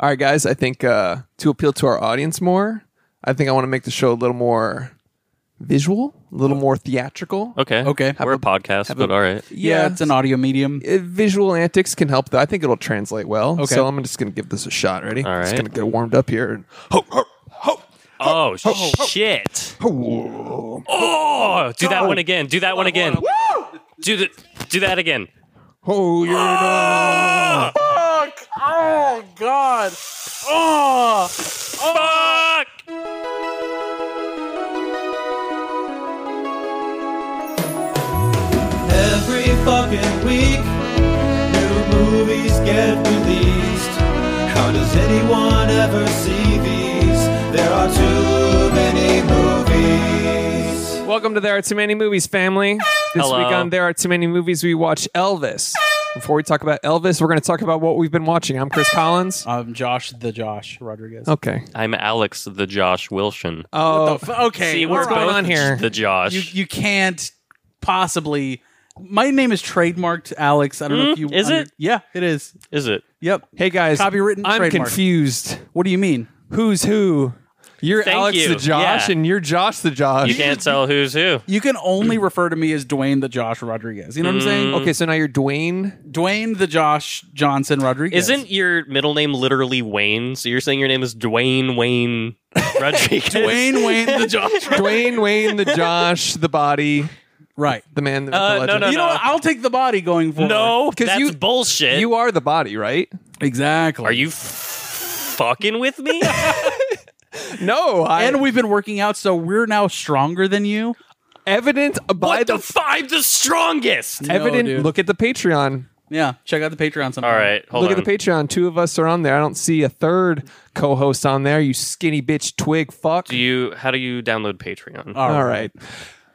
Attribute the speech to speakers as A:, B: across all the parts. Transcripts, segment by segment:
A: All right, guys. I think uh, to appeal to our audience more, I think I want to make the show a little more visual, a little more theatrical.
B: Okay.
C: Okay.
B: We're a, podcast, but all right.
C: Yeah, it's an audio medium.
A: Uh, visual antics can help. Though. I think it'll translate well.
C: Okay.
A: So I'm just going to give this a shot. Ready?
B: All
A: Just
B: right.
A: going to get warmed up here. And,
B: Oh, shit. Oh, do that one again. Do that one again. Do the, do that again.
A: oh, you're
B: Oh god. Oh. Fuck.
D: Every fucking week, new movies get released. How does anyone ever see these? There are too many movies.
A: Welcome to There Are Too Many Movies, family. This
B: Hello.
A: week on There Are Too Many Movies, we watch Elvis. Before we talk about Elvis, we're going to talk about what we've been watching. I'm Chris Collins.
C: Um, Josh the Josh Rodriguez.
B: Oh.
A: Okay.
B: I'm Alex the Josh Wilson.
A: Oh,
C: What the f- okay.
B: See,
C: we're
B: we're
A: what's going
B: both
A: on here?
B: the Josh.
C: You you can't possibly. My name is trademarked, Alex. I don't know if you.
B: Hmm? Is it?
C: Yeah, it is.
B: Is it?
C: Yep.
A: hey guys,
C: Copywritten,
A: I'm
C: trademark.
A: confused.
C: What do you mean?
A: Who's who? You're
B: Thank
A: Alex
B: you.
A: the Josh,
B: Yeah.
A: and you're Josh the Josh.
B: You can't tell who's who.
C: You can only refer to me as Dwayne the Josh Rodriguez. You know what I'm
B: Mm.
C: saying?
A: Okay, so now you're Dwayne.
C: Dwayne the Josh Johnson Rodriguez.
B: Hmm? Isn't your middle name literally Wayne? So you're saying your name is Dwayne Wayne Rodriguez?
C: Dwayne Wayne the Josh?
A: Dwayne Wayne the Josh, the body,
C: right.
A: the man, the,
B: Uh,
A: the
B: no,
A: legend.
B: no,
C: You know what? I'll take the body going forward.
B: No,
A: 'Cause
B: that's
A: you-
B: bullshit.
A: You are the body, right?
C: Exactly.
B: Are you f- fucking with me?
A: No, I
C: And we've been working out, so we're now stronger than you.
A: evident uh, by
B: what the f- I'm the strongest.
C: No,
A: evident.
C: dude.
A: look at the Patreon.
C: Yeah. Check out the Patreon sometime.
B: All right, hold
A: Look
B: on.
A: at the Patreon. Two of us are on there. I don't see a third co-host on there. You skinny bitch twig fuck.
B: Do you? How do you download Patreon?
C: All right.
A: All right.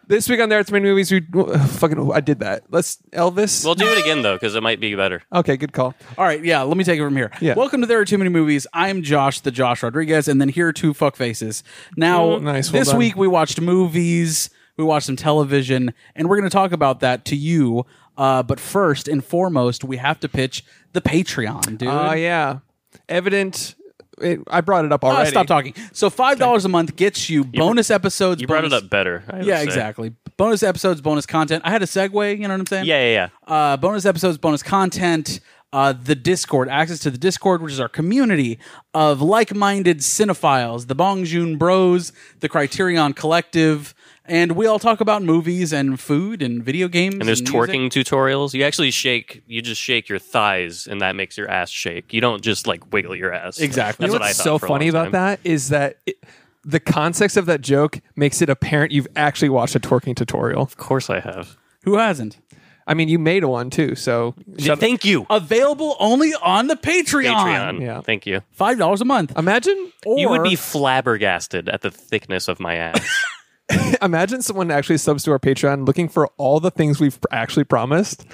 A: This week on there, it's many movies. We fucking I did that. Let's Elvis.
B: We'll do it again though, because it might be better.
A: okay, good call.
C: All right, yeah, let me take it from here.
A: Yeah.
C: Welcome to There Are Too Many Movies. I'm Josh, the Josh Rodriguez, and then here are two fuck faces. Now,
A: Oh, nice, well
C: this
A: done.
C: week we watched movies, we watched some television, and we're going to talk about that to you. Uh, but first and foremost, we have to pitch the Patreon, dude.
A: Oh yeah, evident. It, I brought it up
C: Ah,
A: already.
C: stop talking. So $5 a month gets you bonus episodes.
B: You brought it
C: bonus-
B: up better. I would
C: Yeah,
B: say.
C: exactly. Bonus episodes, bonus content. I had a segue, you know what I'm saying?
B: Yeah, yeah, yeah.
C: uh, bonus episodes, bonus content, uh, the Discord, access to the Discord, which is our community of like minded cinephiles, the Bong Joon Bros, the Criterion Collective. And we all talk about movies and food and video games.
B: And there's
C: music.
B: twerking tutorials. You actually shake. You just shake your thighs, and that makes your ass shake. You don't just like wiggle your ass.
C: Exactly.
B: That's
C: You
B: what
C: know
B: I
A: What's
B: thought
A: so
B: for a
A: funny
B: long
A: about
B: time.
A: that is that it, the context of that joke makes it apparent you've actually watched a twerking tutorial.
B: Of course, I have.
C: Who hasn't?
A: I mean, you made one too, so shut
B: Thank you,
C: Oh, Available only on the Patreon.
B: Patreon.
A: Yeah.
B: Thank you.
C: $5 a month.
A: Imagine,
C: or,
B: you would be flabbergasted at the thickness of my ass.
A: imagine someone actually subs to our Patreon looking for all the things we've actually promised,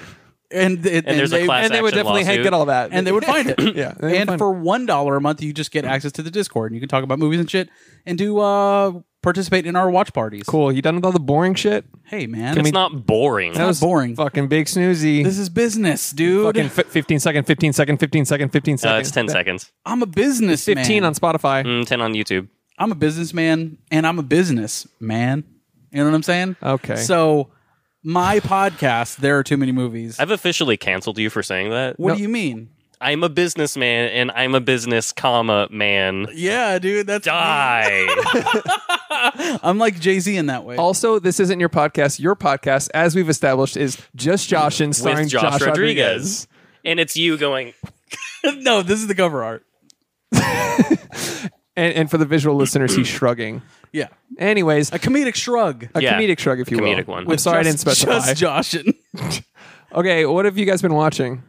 C: and, it- and
B: there's a
C: they,
B: class
A: and they would
B: action
A: definitely
B: lawsuit.
A: get all that,
C: and they would find it.
A: yeah, they would
C: and
A: find
C: for one dollar a month, you just get access to the Discord, and you can talk about movies and shit, and do uh, participate in our watch parties.
A: it. cool. You done with all the boring shit?
C: Hey man,
B: it's not boring.
A: That
C: That was boring.
A: Fucking big snoozy.
C: This is business, dude.
A: fucking fi 15 second, 15 second, 15 second, 15 second.
B: Uh, it's ten
A: That-
B: seconds.
C: I'm a business
A: 15
C: man.
A: on Spotify.
B: Mm, ten on YouTube.
C: I'm a businessman and I'm a business man. You know what I'm saying?
A: Okay.
C: So my podcast, there are too many movies.
B: I've officially canceled you for saying that.
C: what do you mean?
B: I'm a businessman and I'm a business comma man.
C: Yeah, dude, that's
B: Die.
C: I'm like Jay Z in that way.
A: Also, this isn't your podcast. Your podcast, as we've established, is just Josh and starring
B: With Josh, Rodriguez.
A: Rodriguez.
B: And it's you going,
C: no, this is the cover art.
A: And, and for the visual listeners, he's shrugging.
C: Yeah,
A: Anyways,
C: a
A: a,
C: comedic shrug.
B: Yeah.
A: comedic shrug, if you will.
B: Comedic one.
A: I'm sorry I didn't
C: Just-
A: specify.
C: Just Joshin.
A: okay, what have you guys been watching?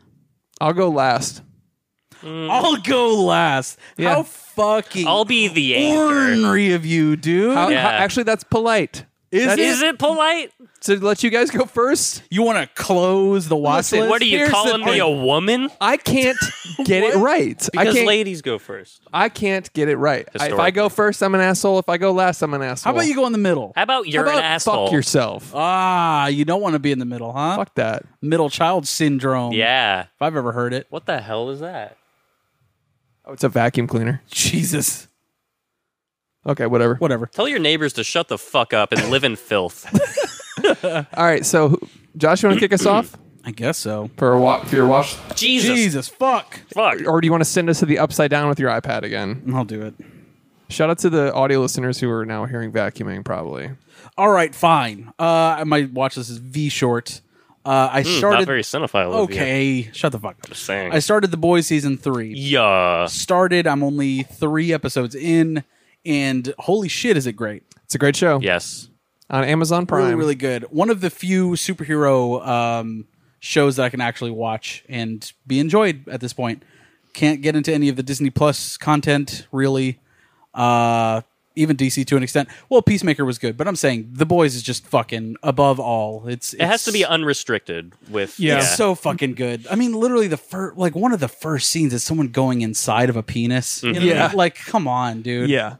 A: I'll go last.
C: I'll go last.
A: Hmm. Yeah.
C: How fucking
B: I'll be the anchor.
C: ornery of you, dude.
A: How-
B: Yeah.
A: how- actually, that's polite.
C: Is
A: That
C: it?
B: Is it polite?
A: To let you guys go first,
C: you want to close the watch
A: Listen,
C: list?
B: What are you
A: Here's the
B: calling me
A: thing.
B: a woman?
A: I can't get it
C: What?
A: right. I
B: Because
A: can't.
B: ladies go first.
A: I can't get it right. I- if I
B: Historically.
A: go first, I'm an asshole. If I go last, I'm an asshole.
C: How about you go in the middle?
B: How about
A: How
B: you're
A: about
B: an asshole?
A: Fuck yourself.
C: Ah, you don't want to be in the middle, huh?
A: Fuck that.
C: Middle child syndrome.
B: Yeah.
C: If I've ever heard it.
B: What the hell is that?
A: Oh, it's a vacuum cleaner.
C: Jesus.
A: Okay, whatever.
C: Whatever.
B: Tell your neighbors to shut the fuck up and live in filth.
A: All right, so who- Josh, you want to kick us off
C: I guess so.
A: for a wa- for your wash,
B: Jesus,
C: Jesus, fuck.
B: fuck.
A: or do you want to send us to the upside down with your iPad again?
C: I'll do it.
A: Shout out to the audio listeners who are now hearing vacuuming. Probably
C: All right, fine. Uh, my watch list is V short. Uh, I started.
B: Hmm, Not very cinephile. of you.
C: okay, shut the fuck up.
B: saying.
C: I started The Boys season three.
B: Yeah.
C: Started. I'm only three episodes in, and holy shit, is it great!
A: it's a great show.
B: Yes.
A: on Amazon Prime.
C: Really, really good. One of the few superhero um, shows that I can actually watch and be enjoyed at this point. Can't get into any of the Disney Plus content really. Uh, even DC to an extent. Well, Peacemaker was good, but I'm saying The Boys is just fucking above all. It's,
B: It has to be unrestricted with.
C: Yeah. It's so fucking good. I mean, literally the first, like one of the first scenes is someone going inside of a penis. You know what I
A: Yeah.
C: mean? like come on, dude.
A: yeah,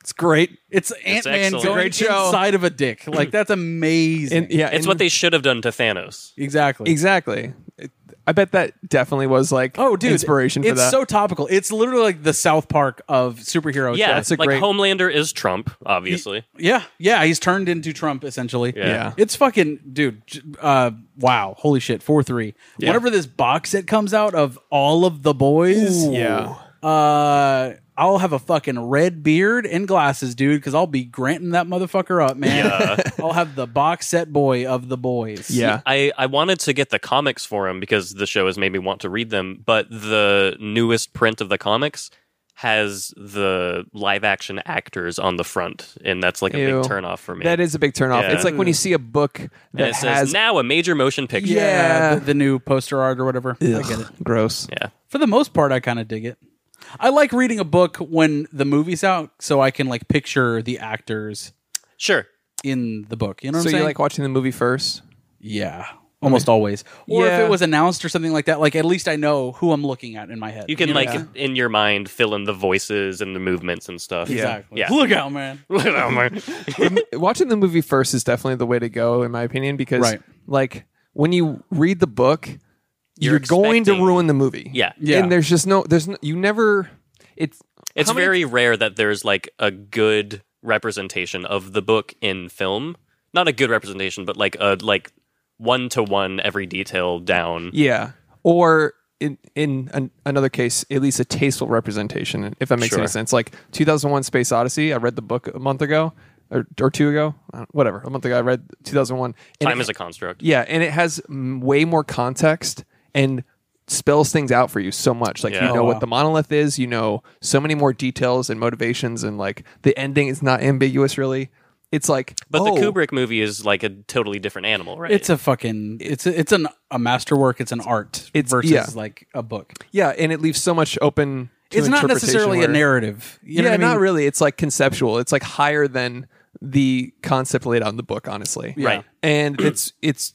A: it's great.
C: it's Ant Man
B: excellent.
C: going
A: Great show.
C: inside of a dick. Like that's amazing.
A: And yeah,
B: it's
A: and-
B: what they should have done to Thanos.
C: exactly.
A: exactly. It- I bet that definitely was like
C: Oh, dude,
A: inspiration
C: It's
A: for that.
C: so topical. It's literally like the South Park of superhero.
B: Yeah,
C: shows.
A: it's a
B: like
A: great-
B: Homelander is Trump, obviously.
C: yeah, yeah. He's turned into Trump essentially.
B: Yeah.
A: yeah.
C: It's fucking dude. j- Uh, wow, holy shit, four three. Whenever this box set comes out of all of the boys,
A: Yeah.
C: uh, I'll have a fucking red beard and glasses, dude, because I'll be granting that motherfucker up, man. I'll have the box set boy of the boys.
A: yeah.
B: I, I wanted to get the comics for him because the show has made me want to read them, but the newest print of the comics has the live action actors on the front, and that's like a
A: Ew.
B: big turnoff for me.
A: That is a big turnoff.
B: Yeah.
A: It's like when you see a book
B: and
A: that
B: it says
A: has
B: now a major motion picture.
C: Yeah,
A: Yeah.
C: The, the new poster art or whatever. I
A: Ugh,
C: get it.
A: gross.
B: Yeah.
C: For the most part, I kind of dig it. I like reading a book when the movie's out, so I can like picture the actors
B: Sure.
C: in the book. You know what
A: So
C: I'm
A: you
C: saying?
A: like watching the movie first?
C: yeah, almost always. Or if
A: Yeah.
C: it was announced or something like that, like at least I know who I'm looking at in my head.
B: You can
C: know what
B: like
C: I'm saying?
B: in your mind fill in the voices and the movements and stuff.
C: exactly.
B: Yeah.
C: Look out, man.
B: Oh, my-
A: watching the movie first is definitely the way to go in my opinion because
C: Right.
A: like when you read the book you're,
B: You're
A: going to
B: expecting-
A: ruin the movie
B: Yeah.
C: Yeah.
A: and there's just no there's no, you never it's
B: It's
A: how many-
B: very rare that there's like a good representation of the book in film. Not a good representation, but like a like one to one every detail down.
A: yeah or in in an, another case at least a tasteful representation if that makes any
B: Sure.
A: sense like 2001 space odyssey i read the book a month ago or, or two ago I don't- whatever a month ago i read 2001 and
B: Time
A: it-
B: is a construct.
A: Yeah, and it has mm, way more context and spells things out for you so much. Like you
B: Yeah.
A: know
B: Oh,
A: what the monolith is, you know so many more details and motivations, and like the ending is not ambiguous really. It's like,
B: But
A: oh,
B: the Kubrick movie is like a totally different animal, right?
C: It's a fucking. It's a, it's an a masterwork. It's an art.
A: It's-
C: versus
A: yeah.
C: like a book.
A: yeah, and it leaves so much open. to
C: it's not
A: interpretation
C: necessarily
A: where-
C: a narrative. You
A: yeah,
C: know what I mean?
A: not really. It's like conceptual. It's like higher than the concept laid out in the book, honestly.
B: Right.
A: and it's it's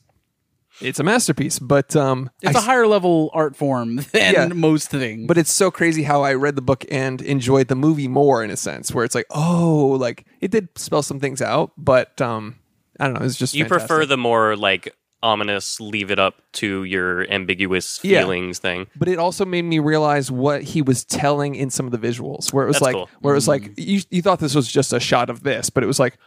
A: it's a masterpiece, but um,
C: It's
A: I
C: a higher level art form than
A: Yeah.
C: most things.
A: but it's so crazy how I read the book and enjoyed the movie more in a sense where it's like, oh, like it did spell some things out, but um, I don't know. It's just
B: you prefer
A: fantastic.
B: the more like ominous leave it up to your ambiguous
A: Yeah.
B: feelings thing.
A: but it also made me realize what he was telling in some of the visuals where it was
B: That's
A: like,
B: cool.
A: where it was like, you, you thought this was just a shot of this, but it was like,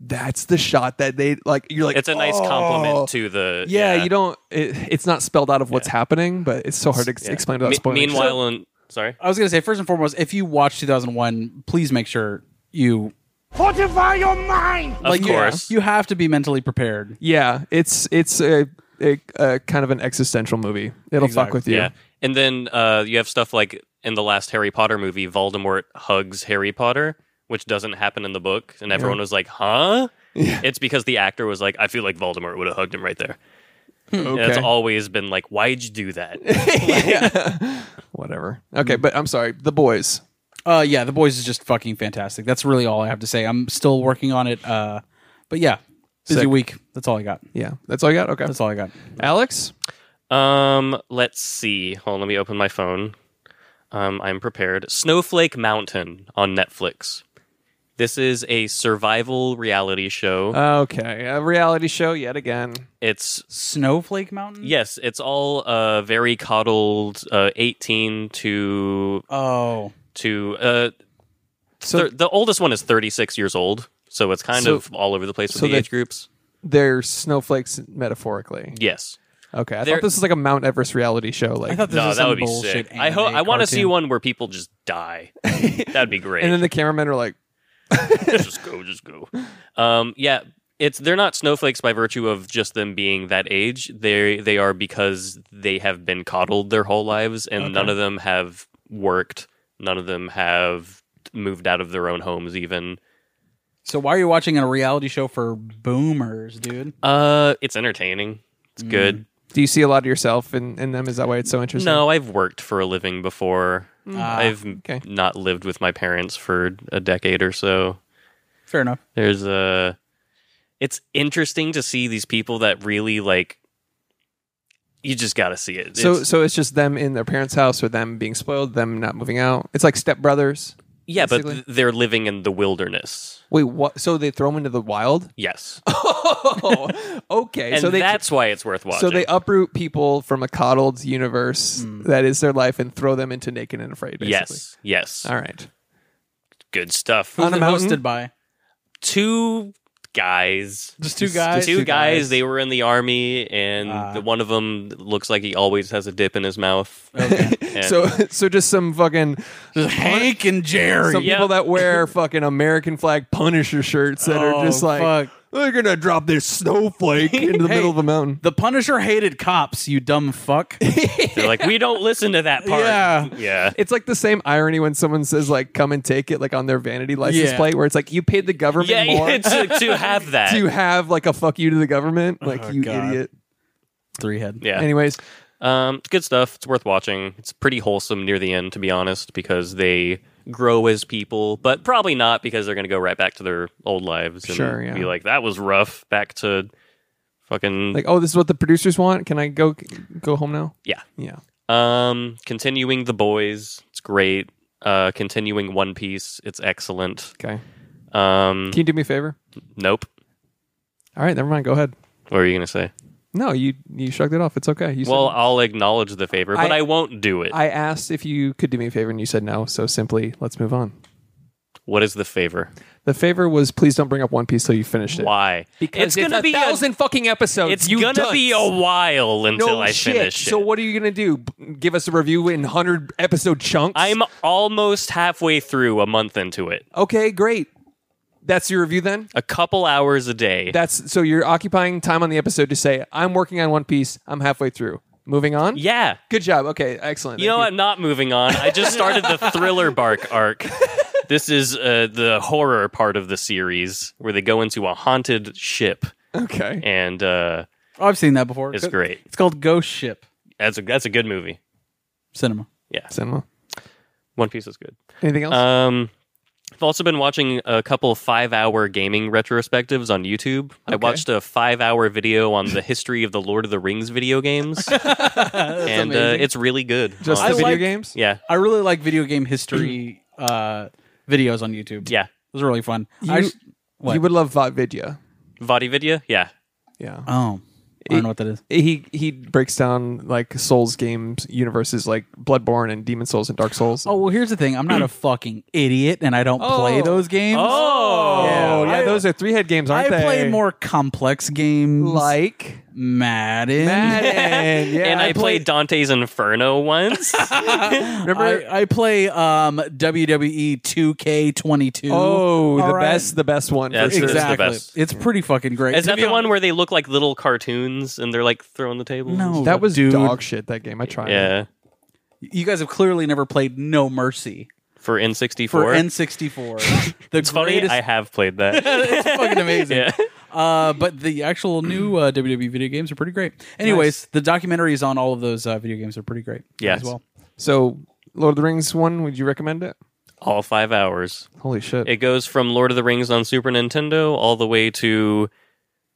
A: that's the shot that they like. You're like,
B: It's a nice
A: "Oh."
B: compliment to the
A: Yeah, you don't. It, it's not spelled out of what's happening, but it's so hard to ex-
B: yeah.
A: explain without
B: Me-
A: spoiling.
B: meanwhile, in, sorry.
C: I was gonna say first and foremost, if you watch 2001, please make sure you
E: Fortify your mind!
B: of course.
C: You, you have to be mentally prepared.
A: yeah, it's it's a, a, a kind of an existential movie. It'll fuck with you.
B: Yeah. And then uh, you have stuff like in the last Harry Potter movie, Voldemort hugs Harry Potter, which doesn't happen in the book. And everyone was like, huh? It's because the actor was like, I feel like Voldemort would have hugged him right there. And it's
A: Okay.
B: always been like, why'd you do that?
A: whatever. Okay, but I'm sorry. The boys.
C: Uh, yeah, the boys is just fucking fantastic. That's really all I have to say. I'm still working on it. Uh, but yeah, busy
A: Sick.
C: week. That's all I got.
A: Yeah, that's all you got. Okay,
C: That's all I got.
A: Alex.
B: um, let's see. Hold on, let me open my phone. Um, I'm prepared. Snowflake Mountain on Netflix. This is a survival reality show.
A: Uh, Okay, a reality show yet again.
B: it's
C: Snowflake Mountain?
B: yes, it's all uh, very coddled, uh, eighteen to
C: Oh.
B: to uh,
A: So-
B: thir- the oldest one is thirty six years old, so it's kind
A: So-
B: of all over the place with
A: so
B: the
A: they-
B: age groups.
A: They're snowflakes metaphorically.
B: Yes.
A: Okay, I
B: They're-
A: thought this was like a Mount Everest reality show. Like,
C: I thought this
B: No,
C: was
B: that
C: some
B: would be
C: bullshit.
B: sick. I hope I want to see
C: one.
B: one where people just die. That'd be great.
A: and then the cameramen are like,
B: just go, just go. Um, yeah, it's they're not snowflakes by virtue of just them being that age. They they are because they have been coddled their whole lives, and none of them have worked. None of them have moved out of their own homes, even.
C: So why are you watching a reality show for boomers, dude?
B: Uh, it's entertaining. It's good.
A: "Do you see a lot of yourself in, in them? Mm, Is that why it's so interesting?"
B: No, I've worked for a living before. Hmm.
C: Uh,
B: I've
A: okay.
B: not lived with my parents for a decade or so.
C: Fair enough.
B: there's a it's interesting to see these people that really like you just gotta see it
A: So,
B: It's-
A: so it's just them in their parents' house or them being spoiled, them not moving out. It's like Step Brothers.
B: yeah but
A: basically-
B: th- they're living in the wilderness
A: Wait, what? So they throw them into the wild?
B: yes
A: Oh, okay.
B: and
A: so they
B: that's why it's worth watching Hmm.
A: so they uproot people from a coddled universe that is their life and throw them into naked and afraid. Basically.
B: yes yes
A: All right. Um,
B: good stuff
A: On
C: Who's
A: a
C: it
A: mountain?
C: hosted by?
B: two guys
C: Just two guys.
B: two
A: two
B: guys,
A: guys.
B: they were in the army and
C: Ah.
B: the one of them looks like he always has a dip in his mouth
C: Okay.
B: And-
A: So, so just some fucking
C: Hank and Jerry.
A: some
B: Yeah.
A: people that wear fucking American flag Punisher shirts that
C: Oh,
A: are just like
C: fuck.
A: they're gonna drop this snowflake into the
C: Hey.
A: middle of a mountain.
C: The Punisher hated cops, you dumb fuck.
B: they're like we don't listen to that part
C: Yeah.
B: yeah
A: It's like the same irony when someone says like "come and take it" like on their vanity license
C: Yeah.
A: plate, where it's like you paid the government
B: yeah,
A: more
B: to, to have that
A: to have like a "fuck you" to the government, like
C: Oh,
A: you
C: God.
A: idiot.
C: Three head.
B: yeah
A: Anyways,
B: Um, it's good stuff. It's worth watching. It's pretty wholesome near the end, to be honest, because they grow as people, but probably not because they're going to go right back to their old lives and
A: Sure, yeah.
B: be like, "That was rough." Back to fucking
A: like oh, this is what the producers want. Can I go go home now?
B: yeah.
A: Yeah.
B: Um, continuing the boys, it's great. Uh, continuing One Piece, it's excellent.
A: Okay.
B: Um,
A: Can you do me a favor?
B: nope.
A: All right, never mind. Go ahead.
B: What are you going to say?
A: No, you you shrugged it off. It's okay. You said
B: Well, I'll acknowledge the favor, but I,
A: I-
B: won't do it.
A: I asked if you could do me a favor, and you said no. So simply, let's move on.
B: what is the favor?
A: The favor was please don't bring up One Piece till you finished it.
B: Why?
A: Because it's, gonna be a thousand fucking episodes.
B: It's
A: you
B: gonna
A: dunce.
B: be a while until
A: no
B: I
A: shit.
B: finish it.
A: So what are you gonna do? B- Give us a review in hundred episode chunks?
B: I'm almost halfway through a month into it.
A: okay. Great. That's your review then.
B: A couple hours a day.
A: That's so you're occupying time on the episode to say I'm working on One Piece. I'm halfway through. Moving on.
B: yeah.
A: Good job. Okay. Excellent.
B: You know, I'm not moving on. I just started the Thriller Bark arc. This is uh, the horror part of the series where they go into a haunted ship,
A: what? Okay.
B: and uh,
C: Oh, I've seen that before.
B: it's great.
C: It's called Ghost Ship
B: That's a that's a good movie.
C: Cinema.
A: Cinema.
B: One Piece is good.
A: Anything else?
B: Um, I've also been watching a couple five-hour gaming retrospectives on YouTube. I watched a five-hour video on the history of the Lord of the Rings video games, and uh,
A: amazing.
B: it's really good.
A: Just the
B: honestly.
A: video
C: like-
A: games.
B: yeah,
C: I really like video game history uh, videos on YouTube.
B: yeah.
C: Those are really fun. I
A: You-
C: just- what?
A: You would love Vod Vidya.
B: Vadi Vidya, yeah.
A: Yeah.
C: oh, I don't know what that is.
A: Uh, he he breaks down like Souls games universes like Bloodborne and Demon Souls and Dark Souls.
C: Oh, well, here's the thing. I'm not a fucking idiot and I don't play
A: Oh.
C: those games.
B: Oh,
A: yeah,
C: I-
A: those are three head games,
C: I
A: aren't they?
C: play more complex games
A: like
C: Madden.
A: Madden. Yeah,
B: and I, played Dante's Inferno once.
A: Remember?
C: I, I play um, E WWE 2K22.
A: oh, the
C: All right.
A: best, the best one.
B: Yeah,
A: for
B: it's the-
A: sure.
B: it's the
C: Exactly.
B: best.
C: It's pretty fucking great.
B: is
C: To
B: that
C: be
B: the one
C: honest-
B: where they look like little cartoons and they're like throwing the tables?
C: No.
A: That was
C: Dude.
A: dog shit. That game I tried.
B: Yeah,
C: you guys have clearly never played No Mercy
B: for N64.
C: for N64? the
B: it's funny.
C: greatest
B: I have played that.
C: it's fucking amazing.
B: Yeah.
C: Uh, but the actual new uh, WWE video games are pretty great. Anyways, the documentaries on all of those uh, video games are pretty great.
B: Yes.
C: as well.
A: So, Lord of the Rings one. Would you recommend it?
B: All five hours.
A: Holy shit!
B: It goes from Lord of the Rings on Super Nintendo all the way to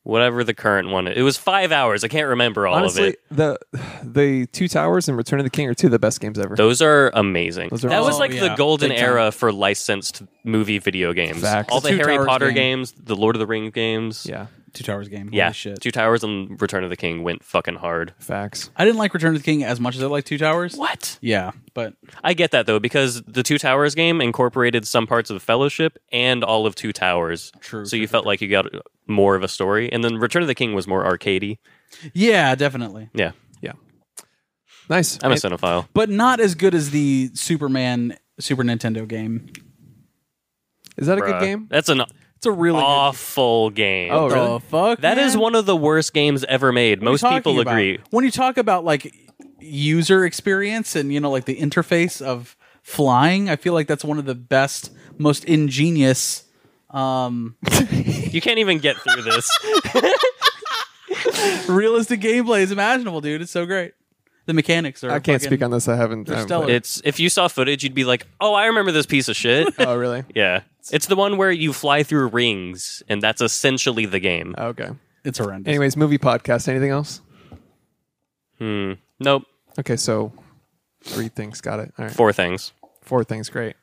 B: whatever the current one. It was five hours. I can't remember all of
A: Honestly,
B: it.
A: the the Two Towers and Return of the King are two of the best games ever.
B: Those are amazing.
A: Those are
B: that was
A: awesome.
B: like
C: Oh,
B: the
C: yeah.
B: golden
C: Big time.
B: era for licensed movie video games.
A: Facts.
B: All
A: The
B: the,
C: Two
B: Harry
C: Towers
B: Potter
C: game.
B: games, the Lord of the Rings games.
A: yeah,
C: Two Towers game. Holy
B: Yeah.
C: shit.
B: Two Towers and Return of the King went fucking hard.
A: facts.
C: I didn't like Return of the King as much as I liked Two Towers.
B: What?
C: Yeah, but
B: I get that though, because the Two Towers game incorporated some parts of Fellowship and all of Two Towers.
C: True,
B: So
C: true,
B: you felt like you got more of a story. And then Return of the King was more arcadey.
C: yeah, definitely.
B: Yeah.
A: Yeah, nice.
B: I'm a
A: And-
B: cinephile.
C: But not as good as the Superman Super Nintendo game.
A: Is that a
B: Bruh.
A: good game?
B: That's an
C: It's a really
B: awful game.
A: Oh,
C: good,
A: really?
C: the fuck.
B: That is
C: man?
B: one of the worst games ever made.
C: What are you
B: Most
C: talking
B: people
C: about?
B: agree.
C: When you talk about like user experience and you know like the interface of flying, I feel like that's one of the best, most ingenious. Um,
B: You can't even get through this.
C: realistic gameplay is imaginable, dude. It's so great. The mechanics are.
A: I can't
C: fucking-
A: speak on this. I haven't. I
C: they're
A: haven't
C: stellar.
A: played
B: it's if you saw footage, you'd be like, "Oh, I remember this piece of shit."
A: it. oh, really?
B: yeah, it's the one where you fly through rings, and that's essentially the game.
A: Okay.
C: It's horrendous.
A: Anyways, movie podcast. Anything else?
B: Hmm. Nope.
A: Okay, so three things. Got it. All right.
B: Four things.
A: Four things. Great.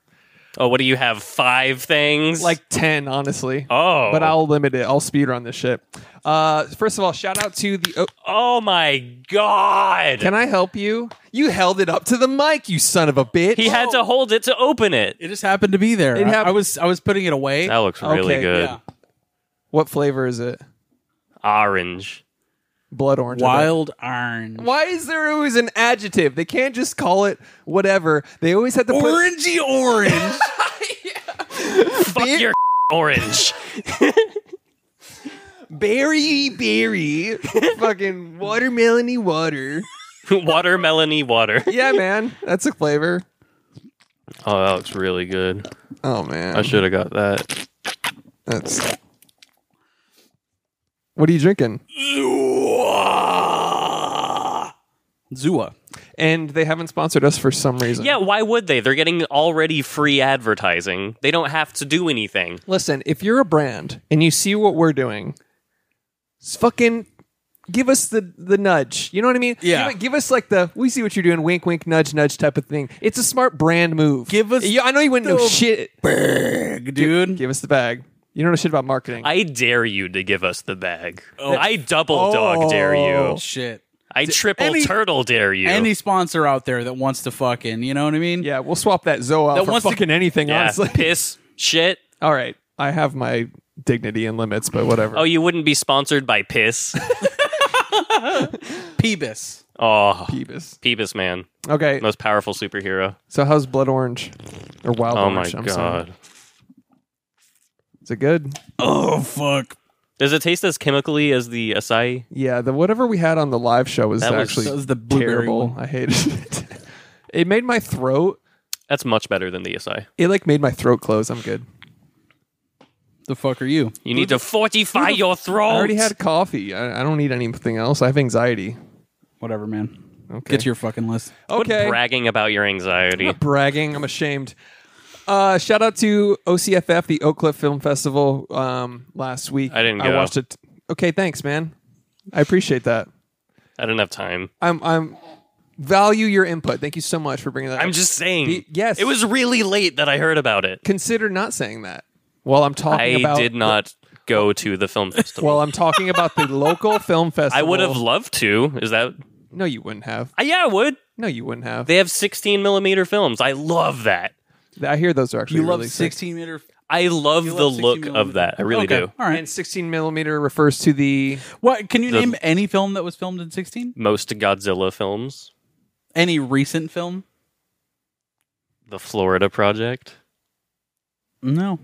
B: Oh, what do you have? Five things.
A: Like ten, honestly.
B: oh,
A: But I'll limit it. I'll speedrun this shit. Uh, first of all, shout out to the. Oh,
B: oh my god.
A: can I help you? You held it up to the mic, you son of a bitch.
B: he had to hold it to open it.
C: It just happened to be there.
A: It
C: I-
A: hap-
C: I was I was putting it away.
B: That looks really
A: Okay,
B: good.
C: yeah.
A: What flavor is it?
B: Orange.
A: Blood orange. I bet.
C: Wild orange.
A: Why is there always an adjective? They can't just call it whatever. They always have to put.
C: Orangey orange.
B: Fuck your orange.
A: berry berry fucking watermelony water
B: Watermelony water.
A: yeah man that's a flavor
B: Oh, that looks really good.
A: oh man
B: I should have got that.
A: that's what are you drinking
C: Zua.
A: and they haven't sponsored us for some reason
B: Yeah, why would they? They're getting already free advertising. They don't have to do anything.
A: listen if you're a brand and you see what we're doing s- fucking give us the the nudge you know what i mean
C: Yeah.
A: give, it- give us like the we see what you're doing wink wink nudge nudge type of thing it's a smart brand move
C: Give us
A: yeah i know you wouldn't know
C: the
A: shit
C: Big dude.
A: give us the bag you don't know shit about marketing
B: I dare you to give us the bag.
A: Oh.
B: I double dog dare
C: Oh,
B: you.
C: shit.
B: I triple
C: any-
B: turtle dare you.
C: Any sponsor out there that wants to fucking, you know what I mean?
A: Yeah, we'll swap that Zoa
C: That
A: out for
C: wants to-
A: fucking anything,
B: yeah,
A: honestly.
B: piss, shit.
A: All right. I have my dignity and limits, but whatever.
B: Oh, you wouldn't be sponsored by piss.
C: Peebus.
B: oh,
A: Peebus.
B: Peebus man,
A: Okay.
B: most powerful superhero.
A: So how's Blood Orange? Or Wild
B: Oh my
A: Orange, I'm sorry.
B: god.
A: Is it good?
C: Oh fuck.
B: Does it taste as chemically as the acai?
A: Yeah, the whatever we had on the live show was
B: That was-
A: actually
C: that was the blueberry
A: terrible.
C: one.
A: I hated it. it made my throat
B: That's much better than the acai.
A: it like made my throat close. I'm good.
C: The fuck are you?
B: You need to fortify your throat.
A: I already had coffee. I, I don't need anything else. I have anxiety.
C: Whatever, man.
A: Okay.
C: Get to your fucking list.
A: okay.
B: bragging about your anxiety.
A: bragging. I'm ashamed. Uh, shout out to OCFF, the Oak Cliff Film Festival um, last week.
B: I didn't
A: I
B: go.
A: watched it. Okay, thanks, man. I appreciate that.
B: I don't have time.
A: I'm I'm value your input. Thank you so much for bringing that.
B: I'm
A: up.
B: just saying.
A: The- yes.
B: It was really late that I heard about it.
A: consider not saying that while I'm talking
B: I
A: about.
B: did not go to the film festival.
A: While I'm talking about the local film
B: I
A: festival.
B: would have loved to. Is that?
A: No, you wouldn't have.
B: Uh, yeah, I would.
A: No, you wouldn't have.
B: They have 16 millimeter films. I love that.
A: I hear those are actually
C: You love
A: really sick.
C: 16 meter.
B: I love
C: you
B: the
C: love 16
B: look
C: millimeter.
B: of that. I really
C: Okay,
B: do.
C: All
A: And
C: right.
A: 16 millimeter refers to the
C: What can you
B: The-
C: name any film that was filmed in 16?
B: Most Godzilla films,
C: Any recent film?
B: The Florida Project.
C: No.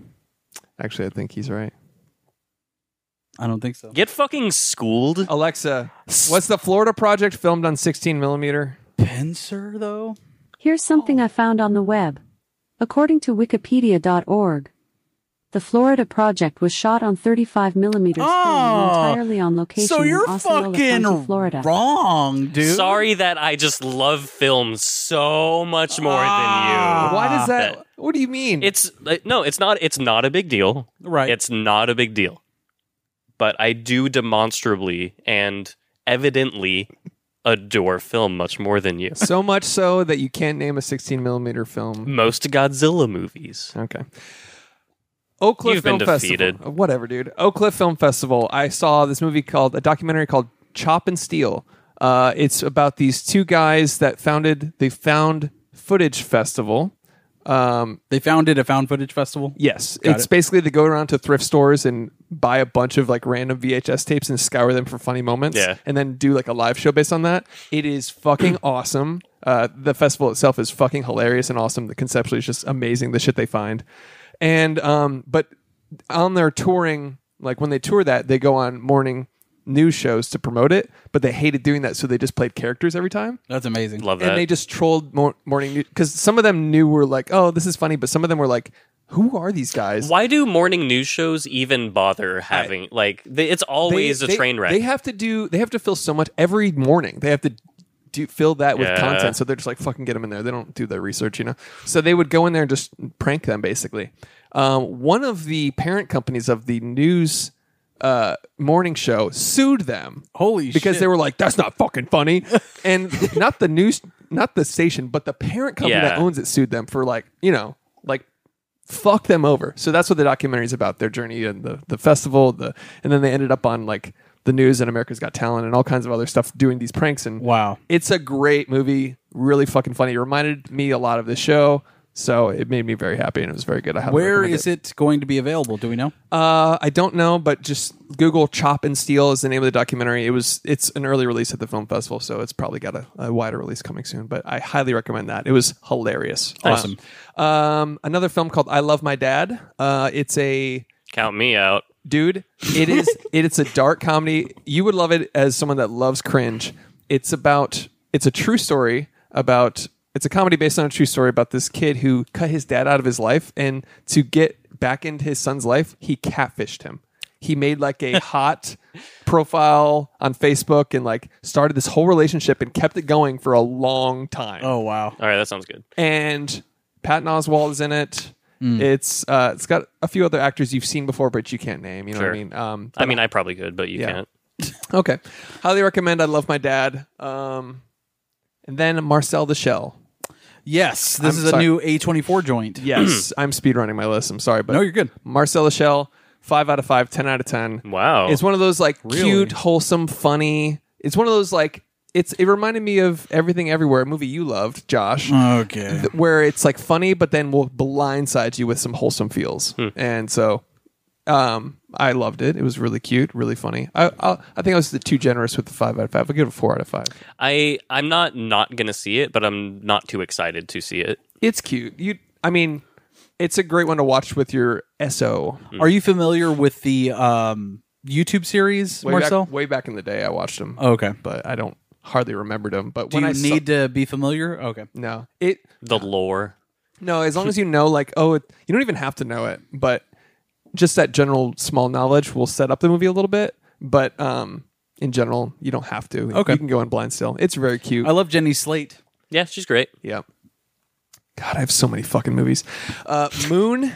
A: Actually, I think he's right.
C: I don't think so.
B: Get fucking
A: Oh,
B: schooled.
A: Alexa, was the Florida project filmed on 16 millimeter?
C: Spencer though?
F: Here's something I found on the web. According to Wikipedia.org, the Florida Project was shot on 35 millimeters film and
C: Oh,
F: entirely on location
C: So you're
F: in Osceola County,
C: fucking
F: Florida.
C: wrong, dude.
B: Sorry that I just love films so much more than you.
A: Ah. Why does
B: that-
A: that? What do you mean?
B: It's uh, no, it's not. It's not a big deal.
C: Right.
B: It's not a big deal. but I do demonstrably and evidently adore film much more than you.
A: so much so that you can't name a 16 millimeter film.
B: Most Godzilla movies.
A: Okay. Oak Cliff
B: Mm. You've
A: Film
B: been
A: Festival.
B: defeated.
A: Uh, Whatever, dude. Oak Cliff Film Festival. I saw this movie called a documentary called Chop and Steal. Uh, it's about these two guys that founded the Found Footage Festival. Um,
C: They founded a found footage festival.
A: yes, it's basically they go around to thrift stores and buy a bunch of like random VHS tapes and scour them for funny moments,
B: Yeah.
A: and then do like a live show based on that. It is fucking awesome. Uh, the festival itself is fucking hilarious and awesome. The conceptually is just amazing. The shit they find, and um, but on their touring, like when they tour that, they go on morning news shows to promote it, but they hated doing that, so they just played characters every time
C: That's amazing.
B: Love that.
A: and they just trolled mor- morning news because some of them knew were like, oh, this is funny, but some of them were like, who are these guys?
B: Why do morning news shows even bother having like they, it's always a train wreck?
A: They have to do. They have to fill so much every morning. They have to do fill that with
B: Yeah.
A: content. So they're just like fucking get them in there. They don't do their research, you know. So they would go in there and just prank them basically. Um, one of the parent companies of the news uh, morning show sued them.
C: Holy
A: because
C: shit.
A: they were like, "That's not fucking funny," and not the news, not the station, but the parent company that
B: Yeah.
A: owns it sued them for like you know like fuck them over. So that's what the documentary is about: their journey and the the festival, the and then they ended up on like the news and America's Got Talent and all kinds of other stuff doing these pranks. And
C: Wow.
A: it's a great movie, really fucking funny. It reminded me a lot of this show. So it made me very happy and it was very good. I highly
C: Where
A: recommend
C: is it going to be available? Do we know?
A: uh, I don't know, but just Google "Chop and Steal" is the name of the documentary. It was it's an early release at the film festival, so it's probably got a, a wider release coming soon. But I highly recommend that. It was hilarious,
C: Awesome.
A: Um, another film called "I Love My Dad." Uh, it's a
B: Count me out.
A: dude. It is it, it's a dark comedy. You would love it as someone that loves cringe. It's about it's a true story about it's a comedy based on a true story about this kid who cut his dad out of his life and to get back into his son's life, he catfished him. He made like a hot profile on Facebook and like started this whole relationship and kept it going for a long time
C: Oh wow.
B: All right, that sounds good.
A: and Patton Oswald is in it. It's uh, it's got a few other actors you've seen before, but you can't name. You know
B: Sure.
A: what I mean? Um,
B: I mean, I probably could, but you
A: Yeah.
B: can't.
A: okay, highly recommend. I love my dad. Um, and then Marcel the Shell.
C: Yes, this
A: I'm
C: is
A: sorry.
C: a new A24 joint.
A: Yes, I'm speedrunning my list. I'm sorry, but
C: No, you're good.
A: Marcel the Shell, five out of five, ten out of ten.
B: Wow.
A: It's one of those like
C: Really?
A: cute, wholesome, funny. It's one of those like it's. It reminded me of Everything Everywhere, a movie you loved, Josh.
C: Mm. Okay.
A: th- where it's like funny, but then will blindside you with some wholesome feels.
C: Hmm.
A: And so, um, I loved it. It was really cute, really funny. I i I think I was too generous with the five out of five. I give it a four out of five.
B: I I'm not not gonna see it, but I'm not too excited to see it.
A: It's cute. You, I mean, it's a great one to watch with your so.
C: Are you familiar with the um, YouTube series
A: Way
C: Marcel?
A: back, way back in the day, I watched them,
C: okay.
A: but I don't hardly remembered them. But
C: Oh. Do
A: when
C: you
A: I saw-
C: need to be familiar? Okay.
A: no, it
B: The lore.
A: No, as long as you know, like, oh, it, you don't even have to know it, but just that general small knowledge will set up the movie a little bit. But um, in general, you don't have to.
C: Okay.
A: you can go in blind still. It's very cute.
C: I love Jenny Slate.
B: Yeah, she's great.
A: yeah. God, I have so many fucking movies. Uh, Moon,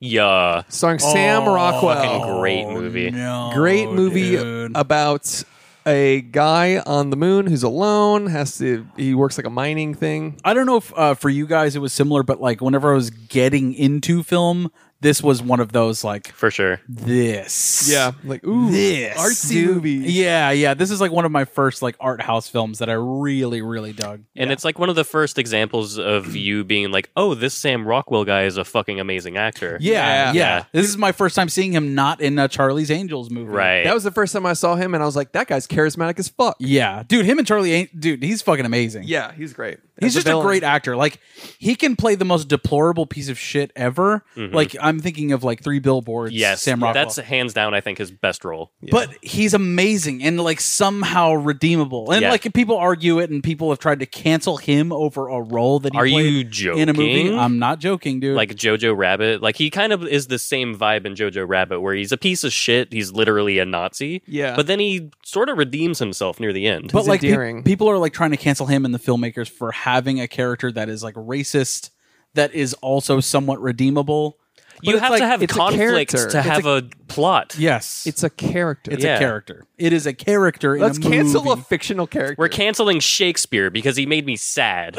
B: Yeah.
A: starring Sam
C: Oh,
A: Rockwell.
B: Great movie.
A: Great movie about a guy on the moon who's alone. Has to he works like a mining thing.
C: I don't know if uh, for you guys it was similar, but like whenever I was getting into film, this was one of those like
B: For sure.
C: this.
A: Yeah, like ooh,
C: This
A: artsy
C: dude.
A: movie.
C: Yeah, yeah. This is like one of my first like art house films that I really, really dug.
B: And it's like one of the first examples of you being like, oh, this Sam Rockwell guy is a fucking amazing actor.
C: Yeah, yeah.
A: Yeah.
C: This is my first time seeing him not in a Charlie's Angels movie.
B: Right.
A: That was the first time I saw him, and I was like, that guy's charismatic as fuck.
C: Yeah, dude. Him and Charlie, An- dude. He's fucking amazing.
A: Yeah, he's great.
C: He's
A: As
C: just a
A: villain.
C: great actor. Like he can play the most deplorable piece of shit ever. Like I'm thinking of like Three Billboards.
B: Mm-hmm. yes.
C: Sam Rockwell.
B: That's hands down, I think, his best role.
C: but he's amazing and like somehow redeemable. And
B: Yeah.
C: like people argue it, and people have tried to cancel him over a role that he
B: Are
C: played
B: you
C: in a movie.
B: joking?
C: I'm not joking, dude.
B: Like Jojo Rabbit. Like he kind of is the same vibe in Jojo Rabbit where he's a piece of shit. He's literally a Nazi.
A: Yeah.
B: But then he sort of redeems himself near the end.
C: but
A: he's
C: like pe-
A: endearing.
C: people are like trying to cancel him and the filmmakers for having a character that is like racist, that is also somewhat redeemable.
B: you
A: it's
B: have
A: like-
B: to have
A: it's a
B: conflicts
A: character.
B: to
A: It's
B: have a, plot.
C: Yes,
A: It's a character.
C: it's
B: Yeah.
C: a character. It is a character.
A: Let's
C: in a
A: cancel
C: movie.
A: a fictional character.
B: We're canceling Shakespeare because he made me sad.